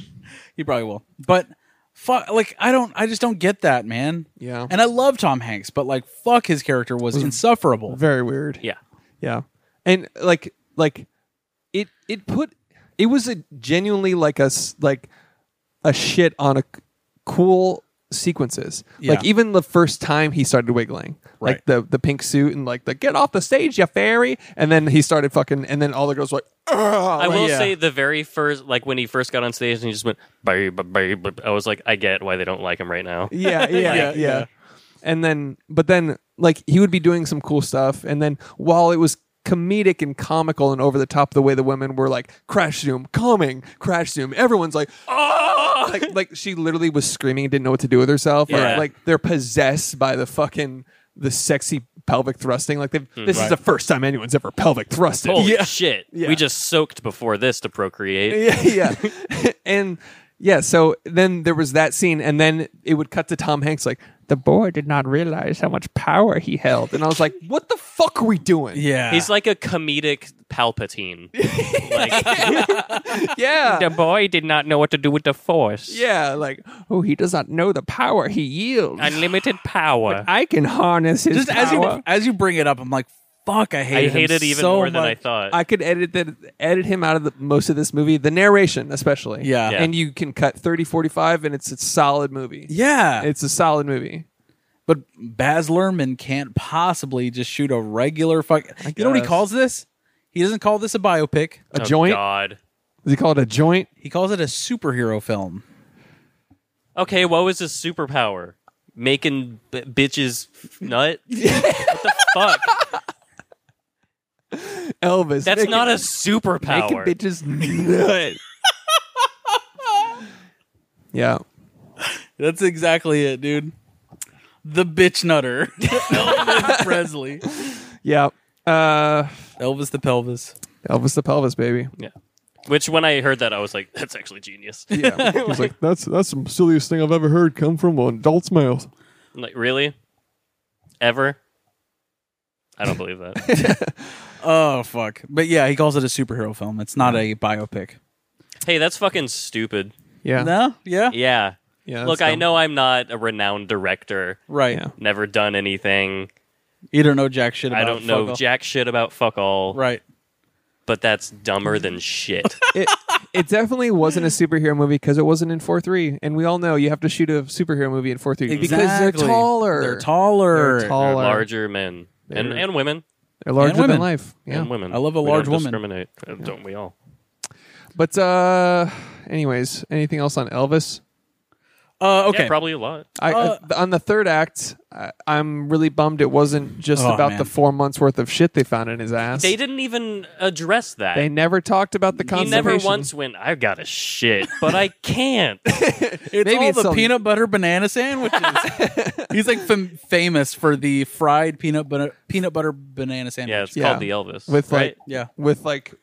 C: He probably will. But fuck, like I don't, I just don't get that, man.
A: Yeah.
C: And I love Tom Hanks, but like, fuck, his character was insufferable.
A: Very weird.
B: yeah.
A: Yeah. And like like it it put it was a genuinely like a s- like a shit on a c- cool sequences.
C: Yeah.
A: Like even the first time he started wiggling. Like
C: Right.
A: the the pink suit and like the get off the stage, you fairy. And then he started fucking and then all the girls were like Oh,
B: I will
C: yeah.
B: say the very first, like when he first got on stage and he just went, "Babe, babe," I was like, I get why they don't like him right now.
A: yeah, yeah, yeah, And then, but then, like, he would be doing some cool stuff. And then, while it was comedic and comical and over the top the way the women were like crash zoom coming crash zoom everyone's like oh like, like she literally was screaming and didn't know what to do with herself Like-
B: Yeah.
A: like, they're possessed by the fucking the sexy pelvic thrusting like they've, this is the first time anyone's ever pelvic thrusted
B: Holy shit.
A: Yeah.
B: We just soaked before this to procreate.
A: yeah, yeah. and yeah, so then there was that scene, and then it would cut to Tom Hanks like the boy did not realize how much power he held, and I was like, what the fuck are we doing?
C: Yeah.
B: He's like a comedic Palpatine. like,
A: yeah,
B: boy did not know what to do with the force.
A: yeah. Like, oh, he does not know the power he yields.
B: Unlimited power.
A: I can harness his
C: just as you
A: power.
C: as you bring it up, I'm like, fuck, I hate.
B: I
C: him
B: hate it even
C: so
B: more than I
C: much.
B: thought.
A: I could edit that, edit him out of the, most of this movie, the narration especially.
C: Yeah.
B: Yeah.
A: and you can cut 30, 45, and it's a solid movie.
C: Yeah,
A: It's a solid movie.
C: but Baz Luhrmann can't possibly just shoot a regular fuck. You know what he
A: guess.
C: calls this? He doesn't call this a biopic.
A: A
B: Oh,
A: joint?
B: God.
A: Does he call it a joint?
C: He calls it a superhero film.
B: Okay, what was his superpower? Making b- bitches f- nut? what the fuck?
A: Elvis.
B: That's
A: Make
B: not
A: it-
B: a superpower.
A: Making bitches nut. yeah.
C: That's exactly it, dude. The bitch nutter, Elvis Presley,
A: Yeah. Uh,
C: Elvis the pelvis.
A: Elvis the pelvis, baby.
B: Yeah. Which when I heard that I was like, that's actually genius.
A: Yeah. He's like, that's that's the silliest thing I've ever heard come from an adult's mouth.
B: I'm like, really? Ever? I don't believe that.
C: Oh fuck! But yeah, he calls it a superhero film. It's not a biopic.
B: hey, that's fucking stupid.
A: Yeah.
C: No, yeah,
B: Yeah.
A: Yeah, that's
B: Look, I
A: dumb.
B: know I'm not a renowned director.
C: right.
A: Yeah.
B: Never done anything.
C: You don't know jack shit. About
B: I don't know
C: fuck all.
B: jack shit about fuck all.
C: Right.
B: But that's dumber than shit.
A: It, it definitely wasn't a superhero movie because it wasn't in 4 3. And we all know you have to shoot a superhero movie in 4 3 because they're
C: Exactly.
A: taller.
C: They're taller.
A: They're
B: They're
A: taller.
B: larger men and
A: They're-
B: and women
A: They're larger
C: And women.
A: than life. Yeah.
B: and women.
C: I love a
B: We don't
C: large woman.
B: Discriminate, Uh, don't we all?
A: But, uh, anyways, anything else on Elvis?
C: Uh, okay.
B: Yeah, probably a lot.
A: I,
C: Uh,
A: I- th- on the third act, I, I'm really bummed it wasn't just
C: Oh,
A: about
C: man.
A: the four months worth of shit they found in his ass.
B: They didn't even address that.
A: They never talked about the
B: he
A: constipation.
B: never once went. I got a shit, but I can't.
C: It's
A: Maybe
C: all
A: it's
C: the
A: some-
C: peanut butter banana sandwiches. He's like fam- famous for the fried peanut butter peanut butter banana
B: Yeah,
C: sandwich.
B: it's
A: Yeah.
B: called the Elvis.
A: with like
B: right?
C: Yeah.
A: with like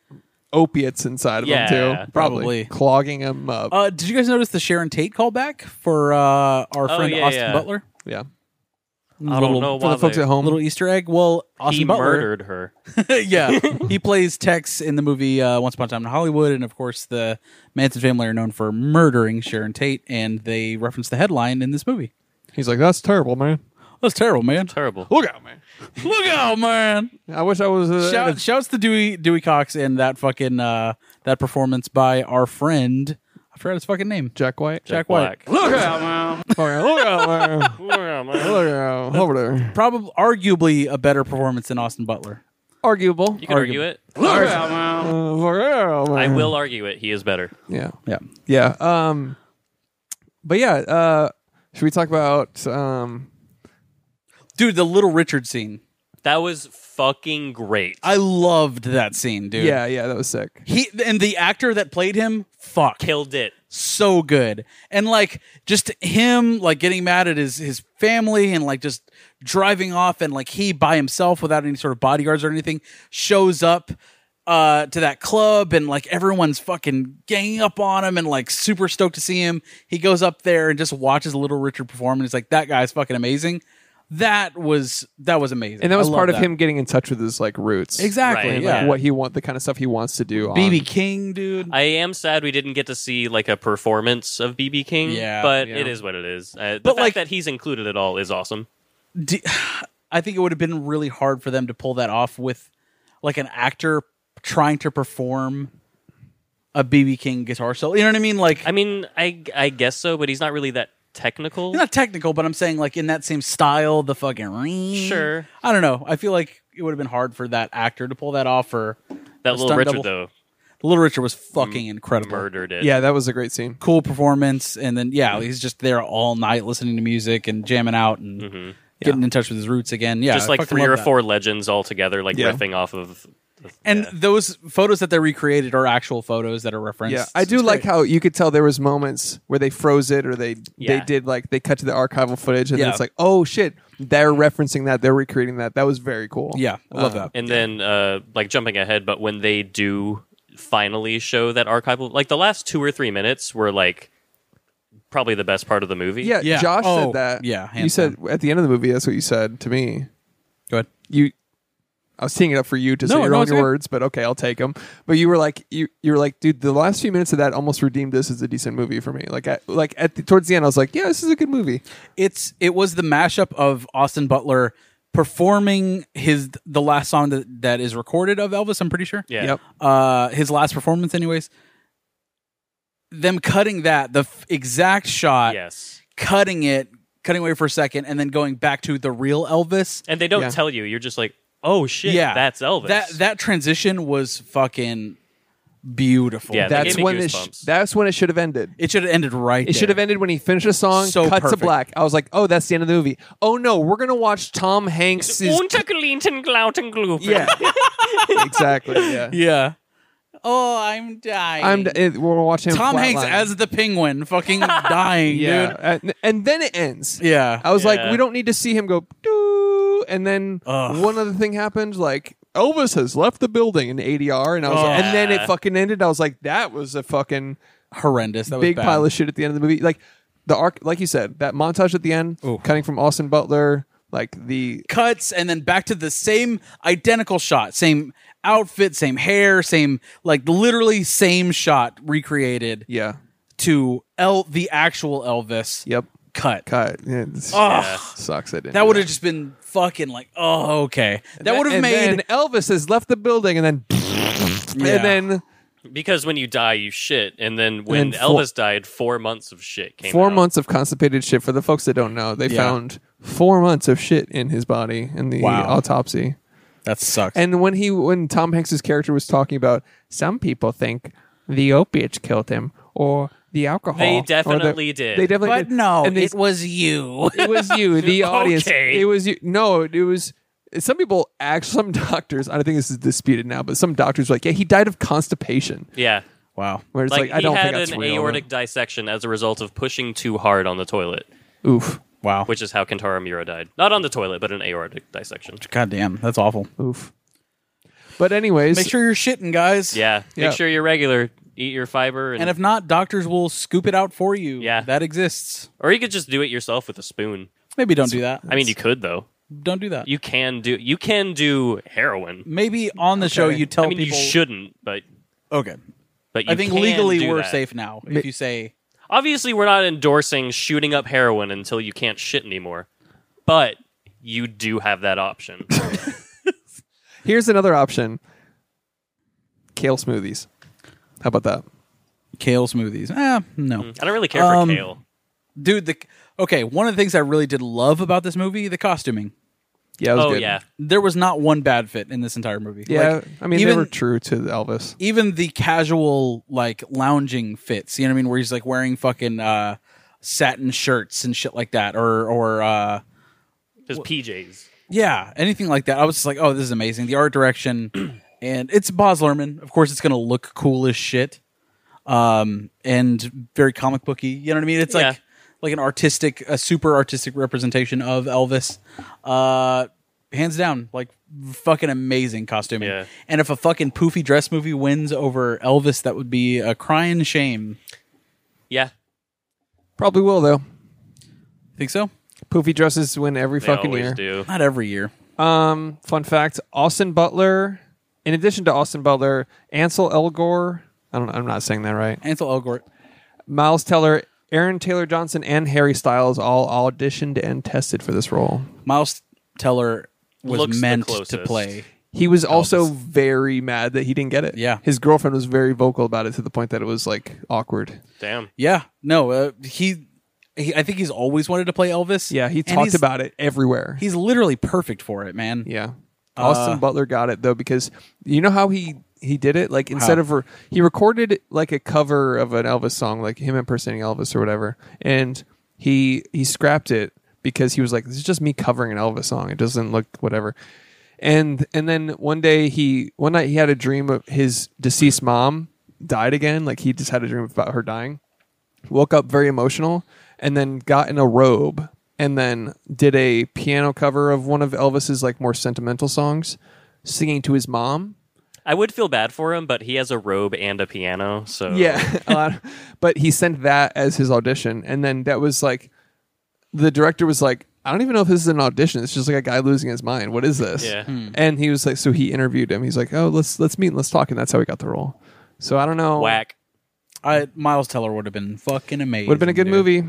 A: opiates inside of them
B: Yeah.
A: too,
C: Probably.
A: clogging them up.
C: Uh, did you guys notice the Sharon Tate callback for uh, our
B: Oh,
C: friend
B: yeah,
C: Austin
B: yeah.
C: Butler?
A: yeah,
B: I don't
C: little,
B: know
A: for
B: why
A: the folks
B: they-
A: at home,
C: Little Easter egg. Well, Austin
B: he
C: Butler.
B: murdered her.
C: yeah, he plays Tex in the movie uh, Once Upon a Time in Hollywood, and of course, the Manson family are known for murdering Sharon Tate, and they reference the headline in this movie.
A: he's like, "That's terrible, man.
C: That's terrible, man.
B: Terrible.
A: Look out, man.
C: Look out, man.
A: I wish I was." Uh,
C: Shout,
A: at
C: shouts to Dewey Dewey Cox and that fucking uh, that performance by our friend. I forgot his fucking name.
A: a- Jack White.
C: Jack White.
B: Black.
A: Look out, look out, man.
B: Yeah, man.
A: Look out over there.
C: Probably, arguably, a better performance than Austin Butler.
A: Arguable.
B: You can argue it.
A: Uh, look out,
B: I
A: man.
B: will argue it. He is better.
A: Yeah.
C: Yeah,
A: Yeah. Um but yeah, uh should we talk about um
C: dude, the Little Richard scene.
B: That was fucking great.
C: I loved that scene, dude.
A: Yeah, yeah, that was sick.
C: he and the actor that played him. Fuck,
B: Killed it.
C: so good and like just him like getting mad at his his family and like just driving off and like he by himself without any sort of bodyguards or anything shows up uh to that club and like everyone's fucking ganging up on him and like super stoked to see him he goes up there and just watches little richard perform and he's like that guy's fucking amazing that was that was amazing
A: And that
C: I
A: was
C: love
A: part of
C: that.
A: him getting in touch with his like roots.
C: exactly
B: Right,
A: Like,
C: yeah
B: yeah.
A: what he want the kind of stuff he wants to do. on-
C: bb king dude
B: I am sad we didn't get to see like a performance of BB King.
C: Yeah,
B: but
A: yeah.
B: it is what it is. Uh, the
C: But,
B: fact
C: like-
B: that he's included at all is awesome.
C: do, I think it would have been really hard for them to pull that off with like an actor trying to perform a BB King guitar solo. You know what I mean? Like
B: I mean, I I guess so, but he's not really that technical.
C: not technical, but I'm saying like in that same style, the fucking ring.
B: Sure.
C: I don't know. I feel like it would have been hard for that actor to pull that off. Or
B: that little
C: stunt
B: Richard
C: double.
B: though
C: Little Richard was fucking incredible.
B: murdered it.
A: Yeah, that was a great scene.
C: Cool performance, and then yeah, he's just there all night listening to music and jamming out, and getting in touch with his roots again. Yeah,
B: Mm-hmm. Just
C: I
B: like
C: fucking
B: three
C: love
B: or
C: that.
B: four legends all together, like
A: Yeah.
B: riffing off of.
C: And
B: yeah.
C: those photos that they recreated are actual photos that are referenced.
A: Yeah, I do
C: It's
A: like
C: great.
A: how you could tell there was moments where they froze it or they
B: Yeah.
A: they did like they cut to the archival footage and then
C: Yeah.
A: it's like oh shit they're referencing that they're recreating that that was very cool. Um,
C: Yeah, I love that.
B: And then, uh, like jumping ahead, but when they do finally show that archival, like the last two or three minutes were like probably the best part of the movie.
A: Yeah,
C: Yeah.
A: Josh
C: Oh,
A: said that.
C: yeah,
A: you
C: hands
A: said at the end of the movie. That's what you said to me.
C: Go ahead.
A: You, I was teeing it up for you to
C: No,
A: say your
C: no,
A: own
C: it's good.
A: words, but okay, I'll take them. But you were like, you you were like, dude, the last few minutes of that almost redeemed this as a decent movie for me. Like, I, like at the, towards the end, I was like, yeah, this is a good movie.
C: It's it was the mashup of Austin Butler performing his the last song that, that is recorded of Elvis. I'm pretty sure.
B: Yeah.
A: Yep.
C: uh his last performance anyways them cutting that the f- exact shot
B: Yes.
C: cutting it cutting away for a second and then going back to the real elvis
B: And they don't
A: Yeah.
B: tell you. You're just like, oh shit,
C: yeah
B: that's Elvis.
C: that that transition was fucking beautiful
B: Yeah, that
A: That's
B: gave me
A: when it sh-
B: goosebumps.
A: that's when it should have ended.
C: it should have ended right
A: It should have
C: there.
A: ended when he finished a song,
C: So
A: cut to
C: perfect.
A: black. I was like, oh, that's the end of the movie. Oh no, we're gonna watch Tom Hanks.
B: Untergelinten glauten Glupen.
A: yeah, exactly. Yeah,
C: yeah oh i'm dying
A: I'm. It, we're watching
C: tom
A: Flatline.
C: hanks as the penguin fucking dying
A: yeah,
C: dude
A: and, and then it ends.
C: yeah
A: I was like,
B: Yeah.
A: we don't need to see him go, doo, and then
C: Ugh.
A: one other thing happened, like Elvis has left the building in ADR, and I was, like,
C: Ugh.
A: and then it fucking ended. I was like, that was a fucking
C: horrendous that was
A: big
C: bad.
A: pile of shit at the end of the movie. Like the arc, like you said, that montage at the end, cutting from Austin Butler, like the
C: cuts and then back to the same identical shot, same outfit, same hair, same like literally same shot recreated
A: yeah,
C: to El the actual Elvis
A: yep,
C: cut.
A: cut. Yeah, it's-
C: Ugh.
A: Sucks. I didn't.
C: That would have just been fucking like, oh okay. That would have
A: And
C: made
A: then Elvis has left the building, and then
C: Yeah.
A: and then
B: Because when you die, you shit. And then when
A: then four-
B: Elvis died, four months of shit came
A: four
B: out.
A: months of constipated shit. For the folks that don't know, they
C: Yeah.
A: found four months of shit in his body in the
C: Wow.
A: autopsy.
C: that sucks.
A: And when he, when Tom Hanks's character was talking about, some people think the opiates killed him or the alcohol.
B: They
A: or the-
B: definitely did.
A: They definitely
C: but
A: did.
C: no,
A: And they-
C: it was you.
A: it was you, the audience.
B: Okay.
A: It was you. No, it was. Some people act. Some doctors. I think this is disputed now, but some doctors were like, yeah, he died of constipation.
B: Yeah.
C: wow.
A: Where it's like,
B: he
A: I don't
B: had
A: think that's
B: an
A: real.
B: aortic dissection as a result of pushing too hard on the toilet,
A: Oof.
C: Wow.
B: which is how Kentaro Miura died. Not on the toilet, but an aortic dissection.
C: God damn, that's awful.
A: Oof. But anyways,
C: Make sure you're shitting, guys.
B: Yeah.
A: Yeah.
B: Make sure you're regular. Eat your fiber, and,
C: And if not, doctors will scoop it out for you.
B: Yeah.
C: That exists.
B: or you could just do it yourself with a spoon.
C: Maybe don't do that.
B: I mean, you could though.
C: don't do that.
B: You can do. You can do heroin.
C: Maybe on the show you tell
B: I mean,
C: people
B: you shouldn't, but
C: Okay.
B: but you
C: I think
B: can
C: legally
B: do
C: we're
B: that.
C: safe now. If you say
B: Obviously, we're not endorsing shooting up heroin until you can't shit anymore, but you do have that option.
A: here's another option: kale smoothies. How about that?
C: kale smoothies, ah, no,
B: I don't really care
C: Um,
B: for kale.
C: dude. The okay, one of the things I really did love about this movie, the costuming.
A: Yeah, it was
B: Oh
A: good.
B: yeah,
C: There was not one bad fit in this entire movie.
A: yeah.
C: Like,
A: I mean,
C: even
A: they were true to the Elvis.
C: even the casual like lounging fits. You know what I mean? Where he's like wearing fucking uh, satin shirts and shit like that, or or uh,
B: just PJs.
C: yeah, anything like that. I was just like, oh, this is amazing. The art direction, and it's Boz Lerman. Of course, it's gonna look cool as shit, um, and very comic booky. You know what I mean? It's
B: Yeah.
C: like like an artistic, a super artistic representation of Elvis. Uh, hands down, like fucking amazing costuming.
B: Yeah.
C: And if a fucking poofy dress movie wins over Elvis, that would be a crying shame.
B: Yeah,
A: Probably will though.
C: Think so?
A: Poofy dresses win every
B: they
A: fucking
B: always
A: year.
B: do.
C: Not every year.
A: Um, fun fact: Austin Butler. In addition to Austin Butler, Ansel Elgort. I don't. I'm not saying that right.
C: Ansel Elgort.
A: Miles Teller, Aaron Taylor Johnson, and Harry Styles all auditioned and tested for this role.
C: Miles Teller was
B: Looks the
C: meant to
B: closest.
C: play.
A: He was also very mad that he didn't get it.
C: Yeah.
A: his girlfriend was very vocal about it to the point that it was like awkward.
B: Damn.
C: Yeah, no, uh, he, he. I think he's always wanted to play Elvis.
A: Yeah, he
C: And
A: talked
C: he's-
A: about it everywhere.
C: He's Uh, literally perfect for it, man.
A: Yeah. Austin Butler got it though because you know how he he did it like instead of re- he recorded like a cover of an Elvis song like him impersonating Elvis or whatever and he he scrapped it because he was like, "This is just me covering an Elvis song. It doesn't look whatever." And and then one day he one night he had a dream of his deceased mom died again. Like he just had a dream about her dying. Woke up very emotional and then got in a robe and then did a piano cover of one of Elvis's like more sentimental songs, singing to his mom.
B: I would feel bad for him, but he has a robe and a piano, so
A: Yeah, a lot. but he sent that as his audition, and then that was like, the director was like, "I don't even know if this is an audition. It's just like a guy losing his mind. What is this?"
B: Yeah.
A: And he was like, so he interviewed him. He's like, "Oh, let's let's meet and let's talk," and that's how he got the role. So I don't know.
B: whack.
C: I, Miles Teller would have been fucking amazing.
A: Would have been a good
C: dude.
A: movie.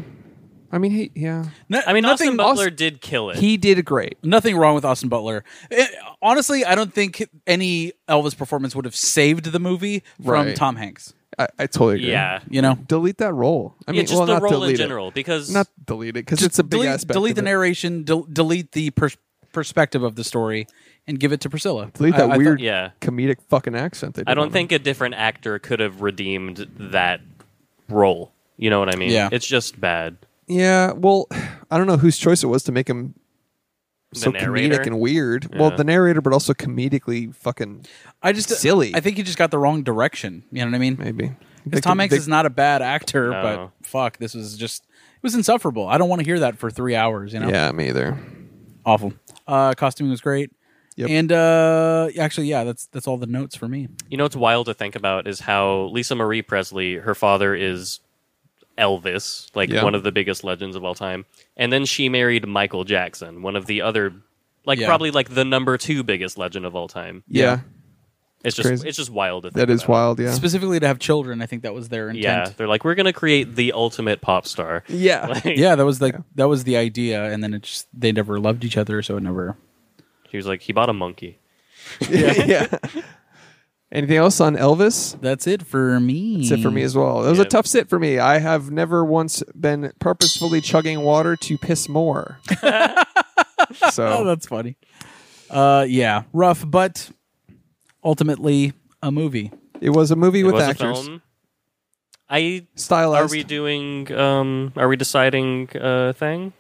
A: I mean, he yeah,
C: No-
B: I mean,
C: nothing,
B: Austin Butler
A: Aust-
B: did kill it.
A: he did great.
C: nothing wrong with Austin Butler. Eh, honestly, I don't think any Elvis performance would have saved the movie from
A: Right.
C: Tom Hanks.
A: I, I totally agree.
B: yeah.
C: You know,
A: Delete that role. I mean,
B: yeah, just
A: well,
B: the
A: not
B: role in
A: delete it.
B: general, because
A: Not delete it because it's a big
C: delete,
A: aspect.
C: delete
A: of
C: the
A: it.
C: narration, del- delete the pers- perspective of the story, and give it to Priscilla.
A: Delete
C: I-
A: that
C: I thought-
A: weird,
B: yeah.
A: comedic fucking accent. They did
B: I
A: on
B: don't
A: him.
B: think a different actor could have redeemed that role. You know what I mean?
C: Yeah.
B: It's just bad.
A: Yeah, well, I don't know whose choice it was to make him so
B: narrator?
A: comedic and weird. Well,
B: Yeah.
A: the narrator, but also comedically fucking
C: I just
A: silly.
C: I think he just got the wrong direction. You know what I mean?
A: maybe.
C: 'Cause Tom Hanks is not a bad actor,
B: No.
C: but fuck, this was just it was insufferable. I don't want to hear that for three hours. You know,
A: Yeah, me either.
C: awful. Uh, costuming was great.
A: Yep.
C: And uh, actually, yeah, that's that's all the notes for me.
B: You know what's wild to think about is how Lisa Marie Presley, her father is Elvis, like
A: Yeah.
B: one of the biggest legends of all time. And then she married Michael Jackson, one of the other like
C: Yeah.
B: probably like the number two biggest legend of all time.
A: Yeah,
B: It's just
A: crazy.
B: it's just wild to think
A: that is
B: about.
A: wild. Yeah,
C: Specifically to have children, I think that was their
B: Yeah.
C: intent.
B: They're like, we're gonna create the ultimate pop star.
A: yeah.
C: Yeah, that was like that was the idea, and then it just they never loved each other, so it never.
B: She was like, He bought a monkey.
A: yeah, Anything else on Elvis?
C: That's it for me.
A: That's it for me as well. That was a
B: Yeah.
A: tough sit for me. I have never once been purposefully chugging water to piss more.
C: Oh,
A: so
C: that's funny. Uh, yeah, rough, but ultimately a movie.
A: it was a movie
B: It
A: with
B: was a
A: actors
B: film. I Are
A: stylized.
B: we doing? Um, are we deciding uh, thing?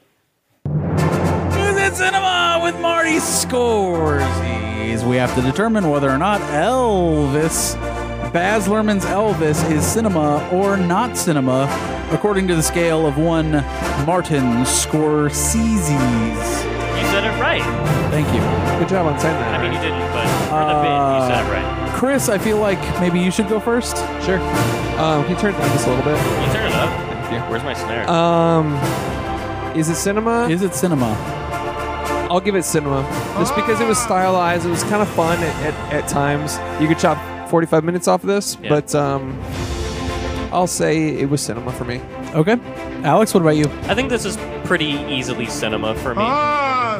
C: News in Cinema with Marty Scorsese. We have to determine whether or not Elvis, Baz Luhrmann's Elvis, is cinema or not cinema, according to the scale of one Martin Scorsese's.
B: You said it right.
C: Thank you.
A: Good job on saying that.
B: I mean, you didn't, but for the bit,
C: Uh,
B: you said it right.
C: Chris, I feel like maybe you should go first.
A: Sure. Um, can you turn it down just a little bit?
B: You turn it up. Where's my snare?
A: Um, is it cinema?
C: Is it cinema?
A: I'll give it cinema. Just because it was stylized, it was kind of fun at, at, at times. You could chop 45 minutes off of this,
B: Yeah.
A: but um, I'll say it was cinema for me.
C: Okay. Alex, what about you?
B: I think this is pretty easily cinema for me.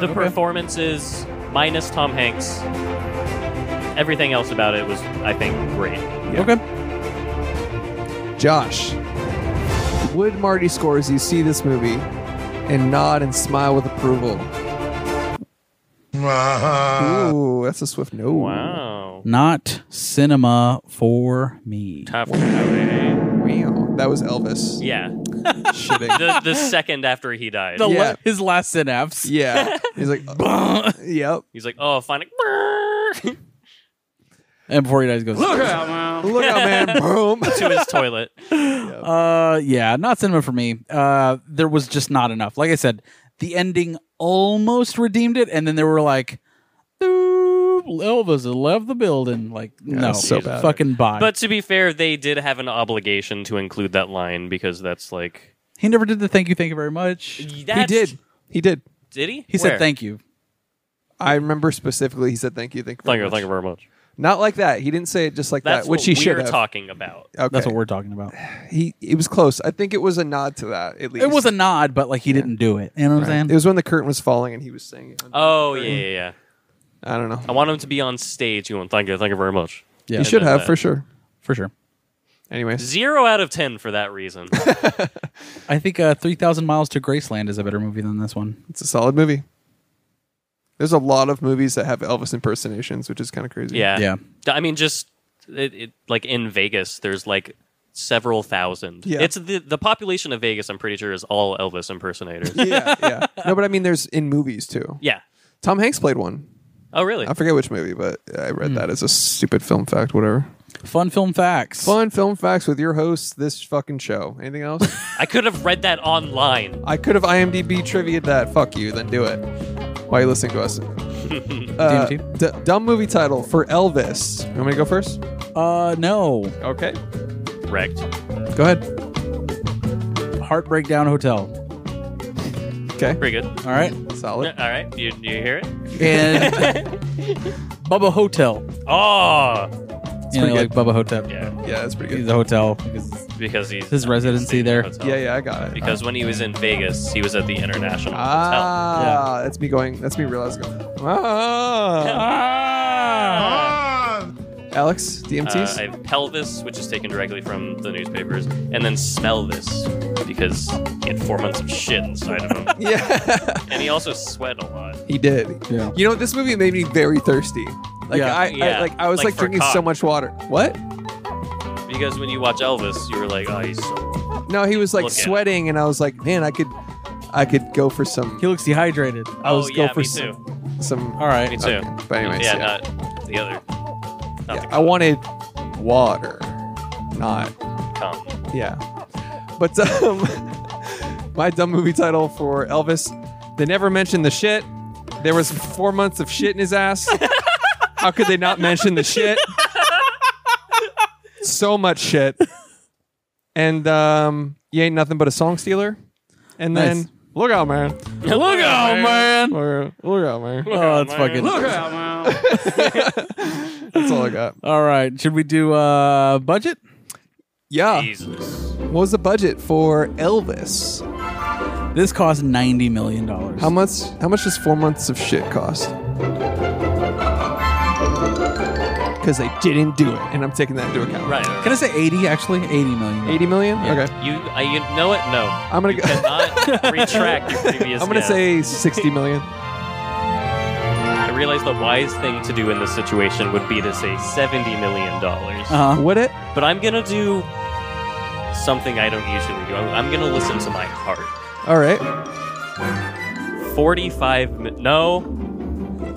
B: the performances, minus Tom Hanks. Everything else about it was, I think, great.
C: Okay.
A: Josh, would Marty Scorsese see this movie and nod and smile with approval? Ooh, that's a swift no.
B: Wow.
C: Not cinema for me.
B: Tough. Yeah.
A: Wow. That was Elvis. Shitting.
B: The, the second after he died,
C: The la-
A: Yeah.
C: his last synapse.
A: Yeah. He's like, uh, yep.
B: he's like, "Oh, fine." to
C: And before he dies, he goes.
A: Look out, man. Boom.
B: his toilet.
C: Uh, yeah, not cinema for me. Uh, there was just not enough. Like I said, the ending almost redeemed it, and then they were like, "Ooh, "Elvis has left the building." Like, no,
A: it's so bad.
C: fucking bye.
B: But to be fair, they did have an obligation to include that line because that's like
C: he never did the thank you, thank you very much.
A: He
B: That's-
A: did. He did.
B: Did he?
C: He said thank you.
A: I remember specifically he said thank you, thank you.
B: Thank
A: very
B: you.
A: much."
B: Thank you very much.
A: Not like that. He didn't say it just like
B: That's
A: that, which
B: what
A: he
B: we're
A: should have.
B: talking about.
A: Okay.
C: That's what we're talking about.
A: he. It was close. I think it was a nod to that. At least
C: It was a nod, but like he didn't do it. You know what I'm
A: It
C: saying?
A: was when the curtain was falling and he was saying it.
B: Oh yeah, yeah, yeah.
A: I don't know.
B: I want him to be on stage. You want thank you, thank you very much.
C: Yeah,
A: he should
B: did
A: have
B: that.
A: for sure.
C: for sure.
A: Anyways,
B: Zero out of ten for that reason.
C: I think uh, Three Thousand Miles to Graceland is a better movie than this one.
A: it's a solid movie. There's a lot of movies that have Elvis impersonations, which is kind of crazy.
B: Yeah,
C: Yeah.
B: D- I mean, just it, it, like in Vegas, there's like several thousand.
A: Yeah.
B: It's the the population of Vegas. I'm pretty sure is all Elvis impersonators.
A: yeah, yeah. No, but I mean, there's in movies too.
B: yeah.
A: Tom Hanks played one.
B: Oh really?
A: I forget which movie, but I read that as a stupid film fact. Whatever.
C: Fun film facts.
A: Fun film facts with your host. This fucking show. Anything else?
B: I could have read that online.
A: I could have IMDb trivia that. Fuck you. Then do it. Why are you listening to us? Uh,
C: DMT?
A: d- dumb movie title for Elvis. You want me to go first?
C: Uh, no.
A: Okay.
B: Wrecked.
A: Go ahead.
C: Heartbreak Down Hotel.
A: Okay.
B: Pretty good. All
C: All right.
A: Solid.
B: right. You you hear it?
C: And Bubba Hotel.
B: Oh
C: You know,
A: pretty
C: like Bubba Hotel.
B: yeah.
A: Yeah, that's pretty
C: He's
A: good.
C: a hotel because
B: Because he's
C: His residency
B: stayed in
C: there.
B: the hotel.
A: Yeah, yeah, I got it.
B: Because when he was in Vegas, he was at the International
A: Ah, that's me going. That's me realizing. Ah. Alex,
B: Hotel. Uh,
A: DMTs.
B: I have pelvis, which is taken directly from the newspapers, and then smell this because he had four months of shit inside of him,
A: yeah,
B: and he also sweat a lot.
A: he did.
C: Yeah.
A: You know, this movie made me very thirsty. Like
C: Yeah.
A: I, I,
B: Yeah.
A: like I was
B: Like
A: like,
B: for
A: drinking
B: cock.
A: so much water. What?
B: Because when you watch Elvis, you were like, oh, he's so.
A: No, he was like
B: Look at it.
A: sweating, and I was like, man, I could, I could go for some.
C: he looks dehydrated.
A: I was
B: oh,
A: go
B: yeah,
A: for
B: me
A: some.
B: too.
A: some
C: All right.
B: Me too.
A: Okay. But anyways,
B: yeah, uh,
A: yeah.
B: not the other. Not
A: yeah,
B: the
A: I wanted water, not
B: cum.
A: yeah. But um, my dumb movie title for Elvis, they never mentioned the shit. There was four months of shit in his ass. How could they not mention the shit? So much shit. And um, you ain't nothing but a song stealer. And then
C: Nice.
A: look out, man.
C: Look out, man.
A: Look out, look out, man.
C: Oh, that's fucking.
A: That's all I got.
C: All right. Should we do uh budget?
A: Yeah.
B: Jesus.
A: What was the budget for Elvis?
C: This cost ninety million dollars.
A: How much? How much does four months of shit cost? Because they didn't do it, and I'm taking that into account.
B: Right.
C: Can I say eighty? Actually, eighty million.
A: Eighty million. Okay.
B: You, I, you know it? No.
A: I'm gonna
B: You
A: go-
B: cannot retract your previous
A: I'm gonna
B: guess.
A: say sixty million.
B: I realize the wise thing to do in this situation would be to say seventy million dollars.
C: Uh huh.
A: Would it?
B: But I'm gonna do something I don't usually do. I'm, I'm gonna listen to my heart.
A: All right.
B: Forty-five. Mi- no,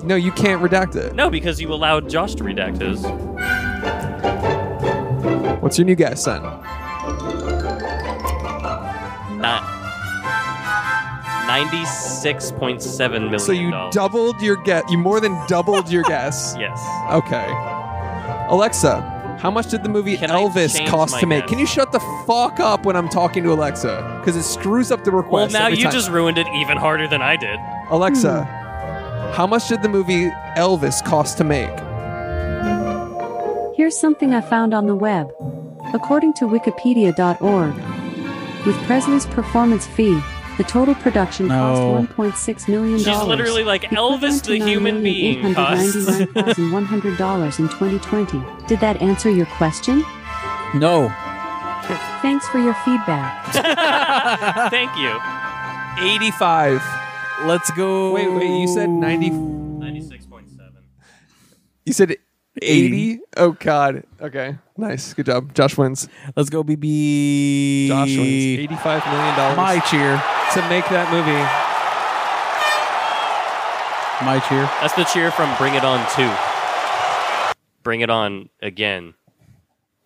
A: No, you can't redact it.
B: no, because you allowed Josh to redact his.
A: What's your new guess, son?
B: Not. Ninety-six point seven million.
A: So you
B: dollars.
A: doubled your guess. You more than doubled your guess.
B: Yes.
A: Okay. Alexa, how much did the movie
B: Can I
A: Elvis
B: change
A: cost
B: my
A: to make?
B: guess?
A: Can you shut the fuck up when I'm talking to Alexa? Because it screws up the
B: Well,
A: request.
B: now
A: every
B: you
A: time.
B: just ruined it even harder than I did.
A: Alexa, how much did the movie Elvis cost to make?
F: Here's something I found on the web. According to Wikipedia.org, with Presley's performance fee, the total production
C: No.
F: cost $1.6 million.
B: She's literally like,
F: equivalent
B: Elvis
F: to
B: the human being costs.
F: $9,899,100 in 2020. Did that answer your question?
C: No.
F: Thanks for your feedback.
B: Thank you.
A: 85.
C: Let's go.
A: Wait, wait, you said 90
B: Ninety-six point seven.
A: You said 80? Oh god. Okay. Nice. Good job. Josh wins.
C: Let's go, BB.
A: Josh wins. 85 million dollars
C: My cheer.
A: to make that movie.
C: My cheer.
B: That's the cheer from Bring It On 2. Bring It On again.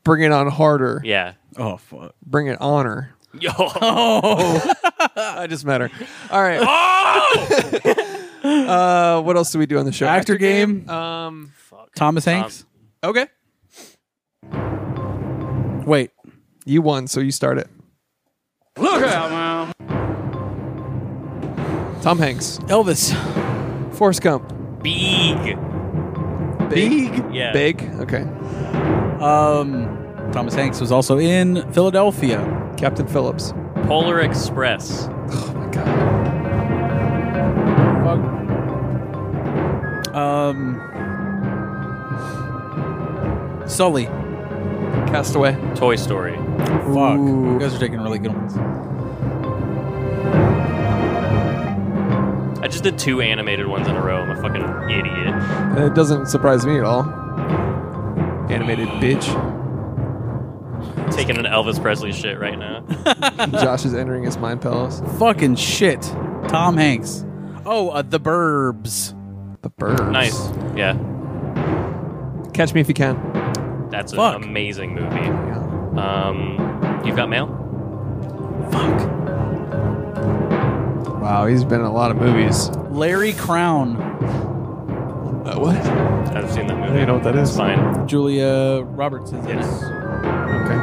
A: Bring it on harder.
B: Yeah.
C: Oh fuck.
A: Bring it honor.
B: Yo.
A: I just met her. All right. uh, what else do we do on the show?
C: Actor game.
A: Um
C: Thomas Hanks.
A: okay. Um,
C: Wait.
A: You won, so you start it. Look out, Tom Hanks.
C: Elvis.
A: Forrest Gump.
B: Big.
A: Big.
B: Yeah.
A: Big. Okay.
C: Um, Thomas Hanks was also in Philadelphia.
A: Captain Phillips.
B: Polar Express.
A: Oh my god.
C: Fuck. Um, Sully.
A: Castaway.
B: Toy Story.
C: Fuck.
A: Ooh.
C: You guys are taking really good ones.
B: I just did two animated ones in a row. I'm a fucking idiot.
A: And It doesn't surprise me at all. Animated bitch.
B: taking an Elvis Presley shit right now.
A: Josh is entering his mind palace.
C: Fucking shit. Tom Hanks. Oh, uh, The Burbs.
A: The bird.
B: Nice. Yeah.
A: Catch me if you can.
B: That's
C: Fuck.
B: an amazing movie. Um, you've got mail?
C: Fuck.
A: Wow, he's been in a lot of movies.
C: Larry Crown.
A: Uh, what?
B: I've seen that movie.
A: know what that
B: It's
A: is.
B: Fine.
C: Julia Roberts is in
B: Yes.
C: it.
A: Okay.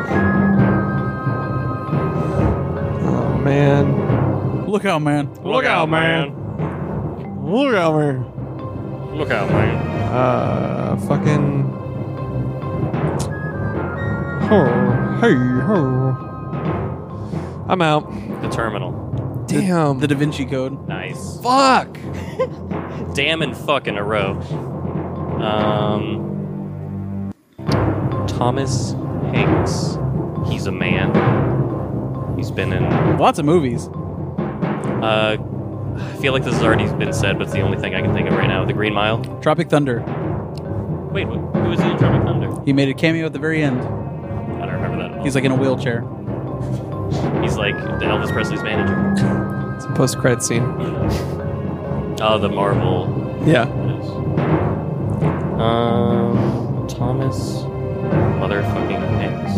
A: Oh man.
C: Look out, man.
B: Look out, man.
A: Look over.
B: Look out, man.
A: Uh, fucking. Oh, hey, ho. I'm out.
B: The Terminal.
A: Damn.
C: The Da Vinci Code.
B: Nice.
A: fuck.
B: Damn and fuck in a row. Um, Thomas Hanks. He's a man. He's been in.
C: Lots of movies.
B: Uh, I feel like this has already been said, but it's the only thing I can think of right now. The Green Mile.
C: Tropic Thunder.
B: Wait, wh- who was he in Tropic Thunder?
C: He made a cameo at the very end.
B: I don't remember that. At all.
C: He's like in a wheelchair.
B: He's like the Elvis Presley's manager.
A: It's a post-credit scene.
B: Oh, the Marvel.
A: Yeah.
B: Yes. Um, Thomas motherfucking Hanks.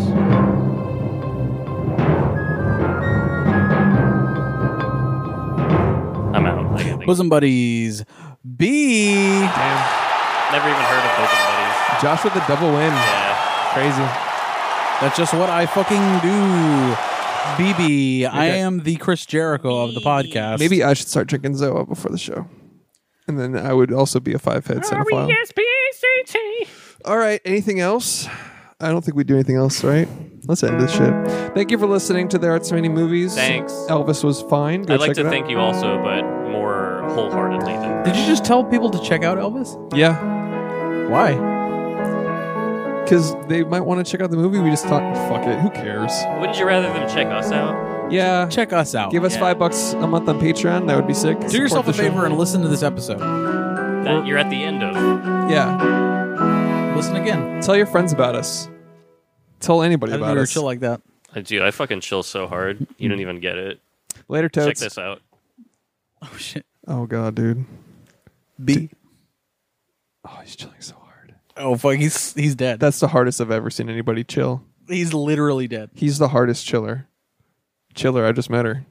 B: I'm out. I can't think-
C: Bosom Buddies. B.
A: Damn.
B: Never even heard of Bosom Buddies.
A: Josh with the double win.
B: Yeah.
A: Crazy.
C: That's just what I fucking do. BB. I am the Chris Jericho of the podcast.
A: Maybe I should start drinking Zoa before the show. And then I would also be a five head cinephile. All right. Anything else? I don't think we do anything else, right? Let's end this shit. Thank you for listening to There Aren't So Many Movies.
B: Thanks.
A: Elvis was fine. Go
B: I'd like
A: check
B: to
A: it
B: thank you also, but more wholeheartedly than
C: Did you just tell people to check out Elvis?
A: out. Yeah.
C: Why?
A: Because they might want to check out the movie. We just talked. Fuck it. Who cares?
B: Wouldn't you rather them check us out?
A: Yeah.
C: Check us out.
A: Give us
B: Yeah.
A: five bucks a month on Patreon. That would be sick.
C: do yourself a
A: Support the show.
C: favor and listen to this episode.
B: That you're at the end of.
A: Yeah.
C: Listen again.
A: Tell your friends about us. Tell anybody
C: I didn't know
A: about
C: you were
A: us.
C: chill like that.
B: Dude, I fucking chill so hard. You don't even get it.
A: Later, totes.
B: Check this out.
C: Oh shit.
A: Oh god, dude.
C: B.
A: Oh, he's chilling so hard.
C: Oh fuck. He's he's dead.
A: That's the hardest I've ever seen anybody chill.
C: he's literally dead.
A: He's the hardest chiller. Chiller, I just met her.